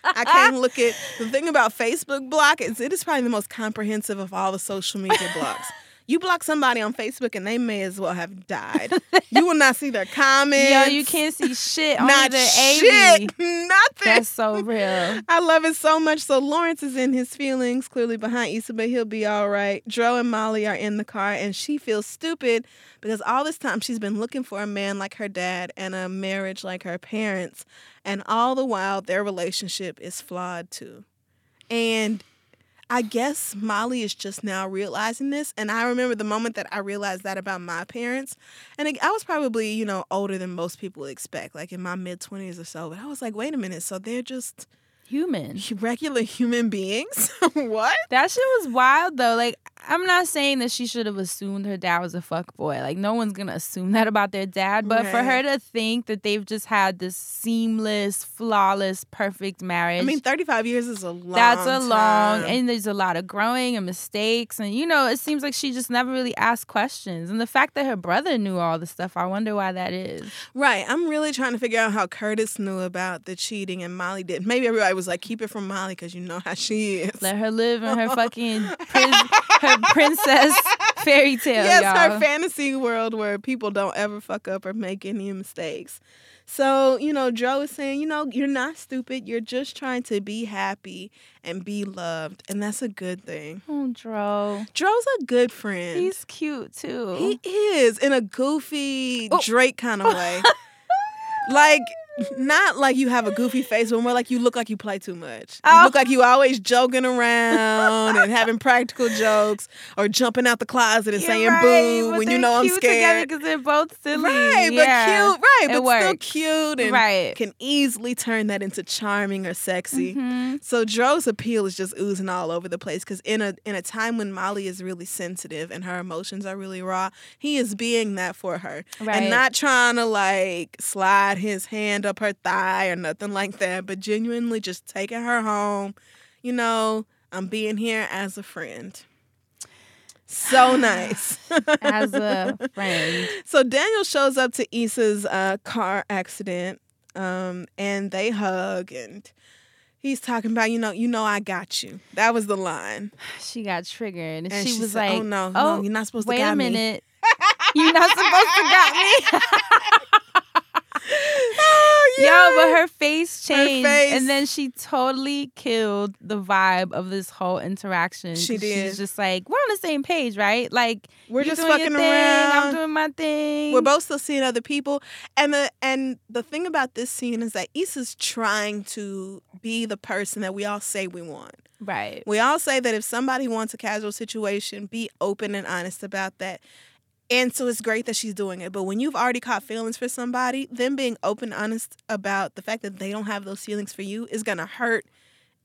Speaker 1: I can't look at the thing about Facebook block is it is probably the most comprehensive of all the social media blocks. You block somebody on Facebook and they may as well have died. you will not see their comments.
Speaker 2: Yo, you can't see shit on
Speaker 1: not
Speaker 2: the AV.
Speaker 1: shit, nothing.
Speaker 2: That's so real.
Speaker 1: I love it so much. So Lawrence is in his feelings, clearly behind Issa, but he'll be all right. Dro and Molly are in the car, and she feels stupid because all this time she's been looking for a man like her dad and a marriage like her parents, and all the while their relationship is flawed too. And I guess Molly is just now realizing this. And I remember the moment that I realized that about my parents. And I- I was probably, you know, older than most people would expect, like in my mid 20s or so. But I was like, wait a minute. So they're just
Speaker 2: Human.
Speaker 1: regular human beings? what?
Speaker 2: That shit was wild though. Like I'm not saying that she should have assumed her dad was a fuck boy. Like no one's gonna assume that about their dad. But for her
Speaker 1: Right.
Speaker 2: to think that they've just had this seamless, flawless, perfect marriage.
Speaker 1: I mean, 35 years is a long
Speaker 2: that's a long
Speaker 1: time.
Speaker 2: and there's a lot of growing and mistakes and you know it seems like she just never really asked questions and the fact that her brother knew all the stuff i wonder why that is
Speaker 1: Right. I'm really trying to figure out how Curtis knew about the cheating and Molly did. Maybe everybody was like, keep it from Molly because you know how she is.
Speaker 2: let her live in her fucking prison her her princess fairy tale.
Speaker 1: yes,
Speaker 2: y'all.
Speaker 1: her fantasy world where people don't ever fuck up or make any mistakes. So, you know, Joe is saying, you know, you're not stupid. You're just trying to be happy and be loved. And that's a good thing.
Speaker 2: Oh, Dro.
Speaker 1: Dro's a good friend.
Speaker 2: He's cute too.
Speaker 1: He is in a goofy
Speaker 2: Oh.
Speaker 1: Drake kind of way. like not like you have a goofy face, but more like you look like you play too much.
Speaker 2: Oh.
Speaker 1: You look like you always joking around and having practical jokes or jumping out the closet and
Speaker 2: You're
Speaker 1: saying
Speaker 2: right,
Speaker 1: boo
Speaker 2: but
Speaker 1: when you
Speaker 2: they're
Speaker 1: know I'm
Speaker 2: cute together
Speaker 1: scared.
Speaker 2: 'cause they're both silly.
Speaker 1: Right,
Speaker 2: Yeah.
Speaker 1: but cute, right,
Speaker 2: It
Speaker 1: but still
Speaker 2: works.
Speaker 1: cute and
Speaker 2: Right.
Speaker 1: can easily turn that into charming or sexy.
Speaker 2: Mhm.
Speaker 1: So Joe's appeal is just oozing all over the place because in a in a time when Molly is really sensitive and her emotions are really raw, he is being that for her
Speaker 2: Right.
Speaker 1: and not trying to like slide his hand up her thigh or nothing like that, but genuinely just taking her home. You know, I'm being here as a friend. So nice.
Speaker 2: As a friend.
Speaker 1: So Daniel shows up to Issa's uh, car accident, um, and they hug, and he's talking about, you know, you know, I got you. That was the line.
Speaker 2: She got triggered, and,
Speaker 1: And
Speaker 2: she,
Speaker 1: she
Speaker 2: was
Speaker 1: said,
Speaker 2: like,
Speaker 1: "Oh, no, no, you're not supposed to
Speaker 2: wait
Speaker 1: got
Speaker 2: a
Speaker 1: me."
Speaker 2: minute. You're not supposed to got me. Yo, but her face
Speaker 1: Her
Speaker 2: changed,
Speaker 1: face.
Speaker 2: and then she totally killed the vibe of this whole interaction.
Speaker 1: She
Speaker 2: 'cause
Speaker 1: did.
Speaker 2: She's just like, we're on the same page, right? Like
Speaker 1: We're
Speaker 2: you
Speaker 1: just
Speaker 2: doing your
Speaker 1: fucking
Speaker 2: thing,
Speaker 1: around.
Speaker 2: I'm doing my thing.
Speaker 1: We're both still seeing other people, and the and the thing about this scene is that Issa's trying to be the person that we all say we want.
Speaker 2: right.
Speaker 1: We all say that if somebody wants a casual situation, be open and honest about that. And so it's great that she's doing it. But when you've already caught feelings for somebody, them being open and honest about the fact that they don't have those feelings for you is going to hurt,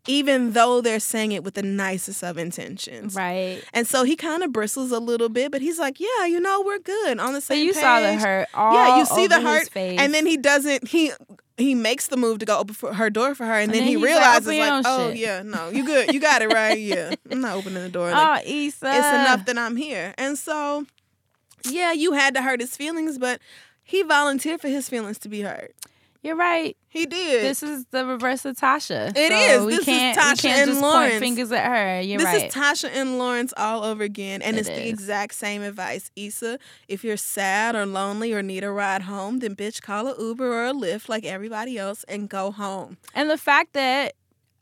Speaker 1: even though they're saying it with the nicest of intentions.
Speaker 2: Right.
Speaker 1: And so he kind of bristles a little bit, but he's like, "Yeah, you know, we're good on the same."
Speaker 2: you saw the
Speaker 1: page."
Speaker 2: hurt
Speaker 1: yeah, you
Speaker 2: all
Speaker 1: see the
Speaker 2: over his
Speaker 1: hurt,
Speaker 2: face.
Speaker 1: and then he doesn't. He he makes the move to go open for her door for her, and,
Speaker 2: And
Speaker 1: then,
Speaker 2: then
Speaker 1: he
Speaker 2: he's like,
Speaker 1: realizes,
Speaker 2: "Open
Speaker 1: like,
Speaker 2: your own
Speaker 1: "Oh
Speaker 2: shit."
Speaker 1: yeah, no, you good, you got it right. Yeah, I'm not opening the door. Like,
Speaker 2: oh, Issa.
Speaker 1: it's enough that I'm here. And so, yeah, you had to hurt his feelings, but he volunteered for his feelings to be hurt.
Speaker 2: You're right.
Speaker 1: He did.
Speaker 2: This is the reverse of Tasha.
Speaker 1: It
Speaker 2: It
Speaker 1: is.
Speaker 2: is. We
Speaker 1: This is
Speaker 2: can't,
Speaker 1: Tasha
Speaker 2: we can't
Speaker 1: and
Speaker 2: just
Speaker 1: Lawrence.
Speaker 2: point fingers at her. You're
Speaker 1: this
Speaker 2: right.
Speaker 1: is Tasha and Lawrence all over again, and
Speaker 2: It
Speaker 1: it's the
Speaker 2: is.
Speaker 1: exact same advice. Issa, if you're sad or lonely or need a ride home, then bitch, call a Uber or a Lyft like everybody else and go home.
Speaker 2: And the fact that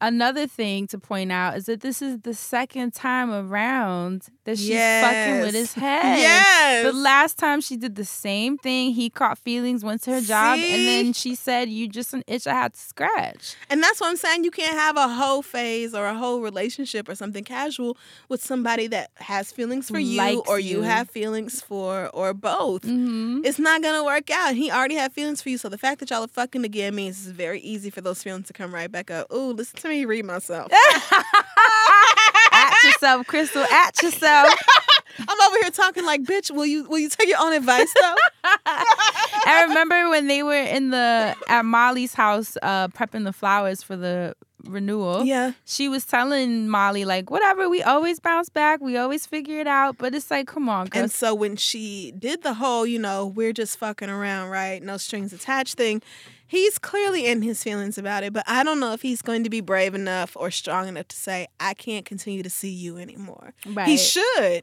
Speaker 2: another thing to point out is that this is the second time around that she's fucking with his
Speaker 1: Yes.
Speaker 2: head.
Speaker 1: Yes.
Speaker 2: The last time she did the same thing, he caught feelings, went to her job, and then she said, You just an itch I had to scratch.
Speaker 1: And that's what I'm saying. You can't have a whole phase or a whole relationship or something casual with somebody that has feelings for you
Speaker 2: Likes
Speaker 1: or you
Speaker 2: you.
Speaker 1: have feelings for or both.
Speaker 2: Mm-hmm.
Speaker 1: It's not gonna work out. He already had feelings for you, so the fact that y'all are fucking again means it's very easy for those feelings to come right back up. Ooh, listen to me read myself.
Speaker 2: at yourself, Crystal, at yourself.
Speaker 1: I'm over here talking like, bitch. Will you will you take your own advice though?
Speaker 2: I remember when they were in the at Molly's house uh prepping the flowers for the renewal.
Speaker 1: Yeah.
Speaker 2: She was telling Molly like whatever, we always bounce back, we always figure it out, but it's like come on, girl.
Speaker 1: And so when she did the whole, you know, we're just fucking around, right? No strings attached thing, he's clearly in his feelings about it, but I don't know if he's going to be brave enough or strong enough to say, I can't continue to see you anymore. He
Speaker 2: Right.
Speaker 1: should.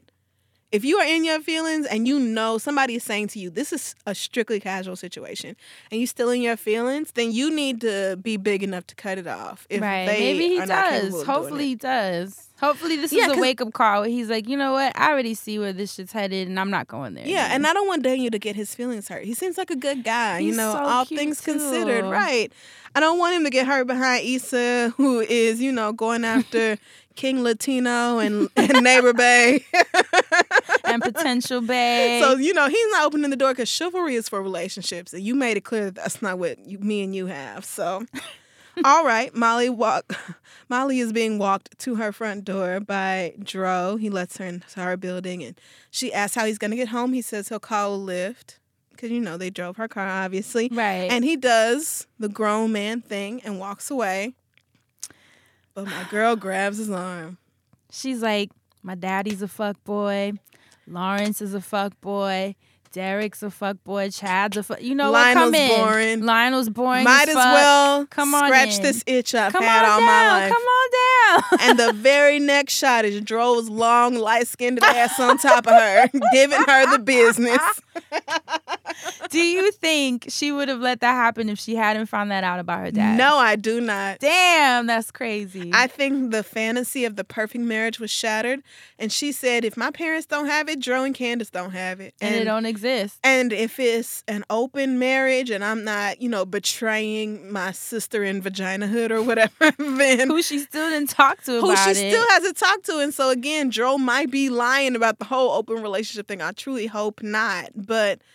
Speaker 1: If you are in your feelings and you know somebody is saying to you, this is a strictly casual situation, and you still in your feelings, then you need to be big enough to cut it off. If
Speaker 2: right.
Speaker 1: they
Speaker 2: Maybe he
Speaker 1: are not capable
Speaker 2: does.
Speaker 1: of doing
Speaker 2: Hopefully
Speaker 1: it.
Speaker 2: he does. Hopefully this
Speaker 1: Yeah,
Speaker 2: is
Speaker 1: 'cause-
Speaker 2: a wake up call where he's like, you know what, I already see where this shit's headed and I'm not going there.
Speaker 1: Yeah,
Speaker 2: anymore."
Speaker 1: and I don't want Daniel to get his feelings hurt. He seems like a good guy, you
Speaker 2: He's
Speaker 1: know,
Speaker 2: so
Speaker 1: all
Speaker 2: cute,
Speaker 1: things considered,
Speaker 2: too.
Speaker 1: right? I don't want him to get hurt behind Issa, who is, you know, going after King Latino and, and Neighbor Bay.
Speaker 2: and potential babe.
Speaker 1: so, you know, he's not opening the door because chivalry is for relationships, and you made it clear that that's not what you, me and you have. So. All right, Molly walk. Molly is being walked to her front door by Dro. He lets her into her building, and she asks how he's gonna get home. He says he'll call a lift because you know they drove her car, obviously.
Speaker 2: right.
Speaker 1: And he does the grown man thing and walks away. But my girl grabs his arm.
Speaker 2: She's like, my daddy's a fuck boy. Lawrence is a fuck boy. Derek's a fuckboy. Chad's a fuck. You know
Speaker 1: Lionel's
Speaker 2: what? Come in.
Speaker 1: boring.
Speaker 2: Lionel's boring.
Speaker 1: Might as
Speaker 2: fuck.
Speaker 1: well
Speaker 2: Come on
Speaker 1: scratch
Speaker 2: in.
Speaker 1: this itch I've
Speaker 2: Come
Speaker 1: had
Speaker 2: on
Speaker 1: all
Speaker 2: down.
Speaker 1: my life.
Speaker 2: Come on down.
Speaker 1: and the very next shot is Dro's long, light skinned ass on top of her, giving her the business.
Speaker 2: Do you think she would have let that happen if she hadn't found that out about her dad?
Speaker 1: No, I do not.
Speaker 2: Damn, that's crazy.
Speaker 1: I think the fantasy of the perfect marriage was shattered. And she said, if my parents don't have it, Dro and Candace don't have it.
Speaker 2: And it don't exist.
Speaker 1: And if it's an open marriage and I'm not, you know, betraying my sister in vaginahood or whatever, then.
Speaker 2: Who she still didn't talk to
Speaker 1: who she
Speaker 2: about it.
Speaker 1: still hasn't talked to. And so again, Joel might be lying about the whole open relationship thing. I truly hope not. But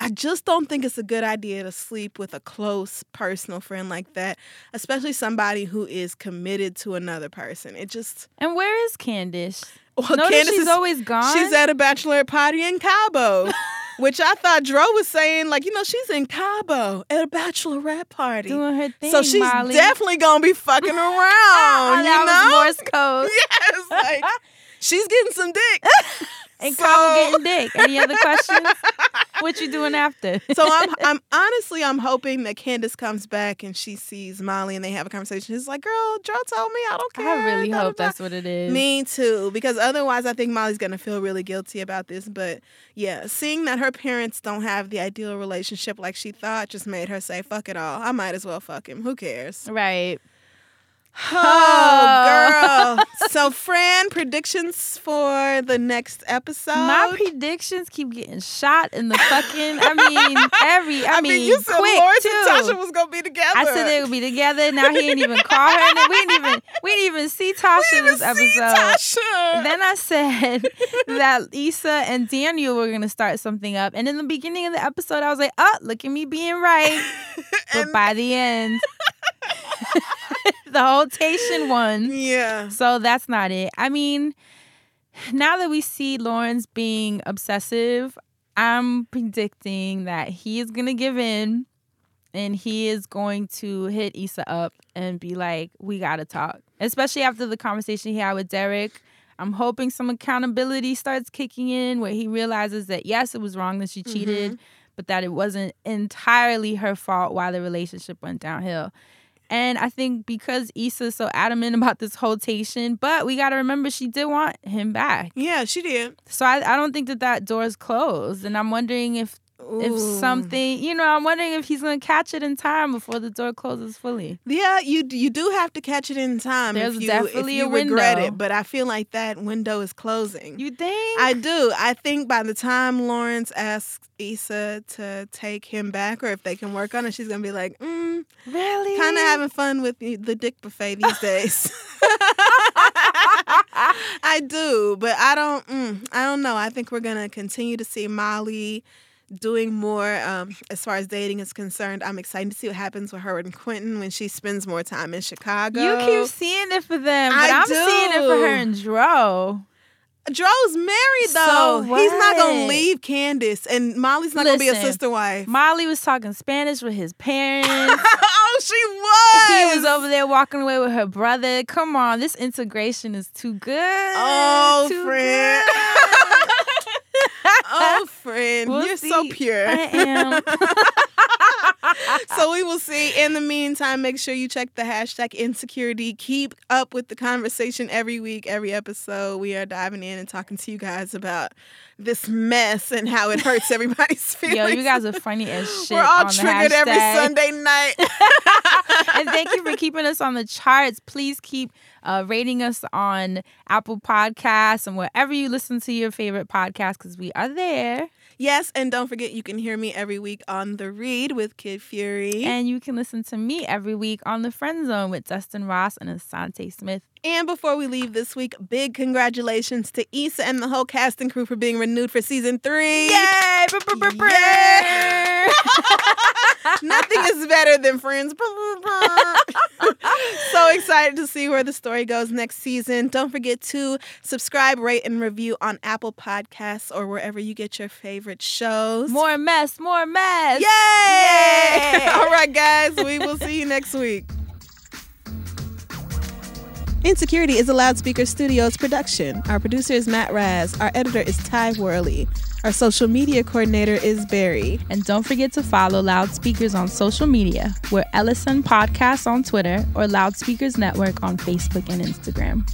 Speaker 1: I just don't think it's a good idea to sleep with a close personal friend like that, especially somebody who is committed to another person. It just
Speaker 2: And where is Candace?
Speaker 1: well,
Speaker 2: Notice
Speaker 1: Candace
Speaker 2: she's
Speaker 1: is
Speaker 2: always gone.
Speaker 1: She's at a bachelorette party in Cabo. Which I thought Dro was saying, like, you know, she's in Cabo at a bachelorette party.
Speaker 2: doing her thing.
Speaker 1: so she's
Speaker 2: Molly.
Speaker 1: definitely gonna be fucking around.
Speaker 2: Ah,
Speaker 1: you
Speaker 2: that
Speaker 1: know?
Speaker 2: was Morse code.
Speaker 1: Yes, like she's getting some dick.
Speaker 2: And Cabo getting dick. Any other questions? what you doing after?
Speaker 1: so I'm, I'm honestly, I'm hoping that Candace comes back and she sees Molly and they have a conversation. She's like, "Girl, Joe told me I don't care."
Speaker 2: I really hope that's what it is.
Speaker 1: Me too, because otherwise, I think Molly's gonna feel really guilty about this. But yeah, seeing that her parents don't have the ideal relationship like she thought just made her say, "Fuck it all. I might as well fuck him. Who cares?"
Speaker 2: Right.
Speaker 1: Oh, girl. so, Fran, predictions for the next episode?
Speaker 2: My predictions keep getting shot in the fucking. I mean, every. I,
Speaker 1: I mean, you said
Speaker 2: quick
Speaker 1: Lawrence
Speaker 2: too.
Speaker 1: and Tasha was gonna be together.
Speaker 2: I said they would be together. Now he didn't even call her. And we didn't even we didn't even see Tasha this episode.
Speaker 1: Tasha.
Speaker 2: Then I said that Issa and Daniel were gonna start something up. And in the beginning of the episode, I was like, "Oh, look at me being right." but by the end, the whole Tation won.
Speaker 1: Yeah.
Speaker 2: So that's not it. I mean, now that we see Lawrence being obsessive, I'm predicting that he is gonna give in and he is going to hit Issa up and be like, "We gotta talk." Especially after the conversation he had with Derek, I'm hoping some accountability starts kicking in where he realizes that yes, it was wrong that she cheated, but that it wasn't entirely her fault why the relationship went downhill. And I think because Issa's so adamant about this whole Tation, but we gotta remember she did want him back.
Speaker 1: Yeah, she did.
Speaker 2: So I, I don't think that that door is closed, and I'm wondering if if something, you know, I'm wondering if he's gonna catch it in time before the door closes fully.
Speaker 1: Yeah, you d- you do have to catch it in time
Speaker 2: There's
Speaker 1: if you,
Speaker 2: definitely
Speaker 1: if you
Speaker 2: a
Speaker 1: regret
Speaker 2: window.
Speaker 1: it, but I feel like that window is closing.
Speaker 2: You think?
Speaker 1: I do. I think by the time Lawrence asks Issa to take him back, or if they can work on it, she's gonna be like, mm,
Speaker 2: really,
Speaker 1: kind of having fun with the, the dick buffet these days. I do, but I don't. Mm, I don't know. I think we're gonna continue to see Molly doing more um, as far as dating is concerned. I'm excited to see what happens with her and Quentin when she spends more time in Chicago.
Speaker 2: You keep seeing it for them, but
Speaker 1: I
Speaker 2: am seeing it for her and Dro.
Speaker 1: Dro's married though. He's not gonna leave Candace, and Molly's not gonna be a
Speaker 2: Listen,
Speaker 1: sister wife.
Speaker 2: Molly was talking Spanish with his parents.
Speaker 1: oh, she was.
Speaker 2: he was over there walking away with her brother. Come on, this integration is too good.
Speaker 1: Oh,
Speaker 2: too
Speaker 1: friend. oh, friend.
Speaker 2: We'll
Speaker 1: You're so
Speaker 2: see.
Speaker 1: pure.
Speaker 2: I am.
Speaker 1: so we will see. In the meantime, make sure you check the hashtag insecurity. Keep up with the conversation every week, every episode. We are diving in and talking to you guys about this mess and how it hurts everybody's feelings.
Speaker 2: Yo, you guys are funny as shit.
Speaker 1: We're all
Speaker 2: on the
Speaker 1: triggered every
Speaker 2: hashtag.
Speaker 1: Sunday night.
Speaker 2: and thank you for keeping us on the charts. Please keep uh, rating us on Apple Podcasts and wherever you listen to your favorite podcast because we are there.
Speaker 1: Yes, and don't forget you can hear me every week on The Read with Kid Fury.
Speaker 2: And you can listen to me every week on The Friend Zone with Dustin Ross and Asante Smith.
Speaker 1: And before we leave this week, big congratulations to Issa and the whole cast and crew for being renewed for season three.
Speaker 2: Yay! Brr, brr, brr, brr.
Speaker 1: Nothing is better than friends. so excited to see where the story goes next season. Don't forget to subscribe, rate, and review on Apple Podcasts or wherever you get your favorite shows.
Speaker 2: More mess, more mess.
Speaker 1: Yay! All right, guys, we will see you next week. Insecurity is a Loudspeaker Studios production. Our producer is Matt Raz. Our editor is Ty Worley. Our social media coordinator is Barry.
Speaker 2: And don't forget to follow Loudspeakers on social media. We're Ellison Podcasts on Twitter or Loudspeakers Network on Facebook and Instagram.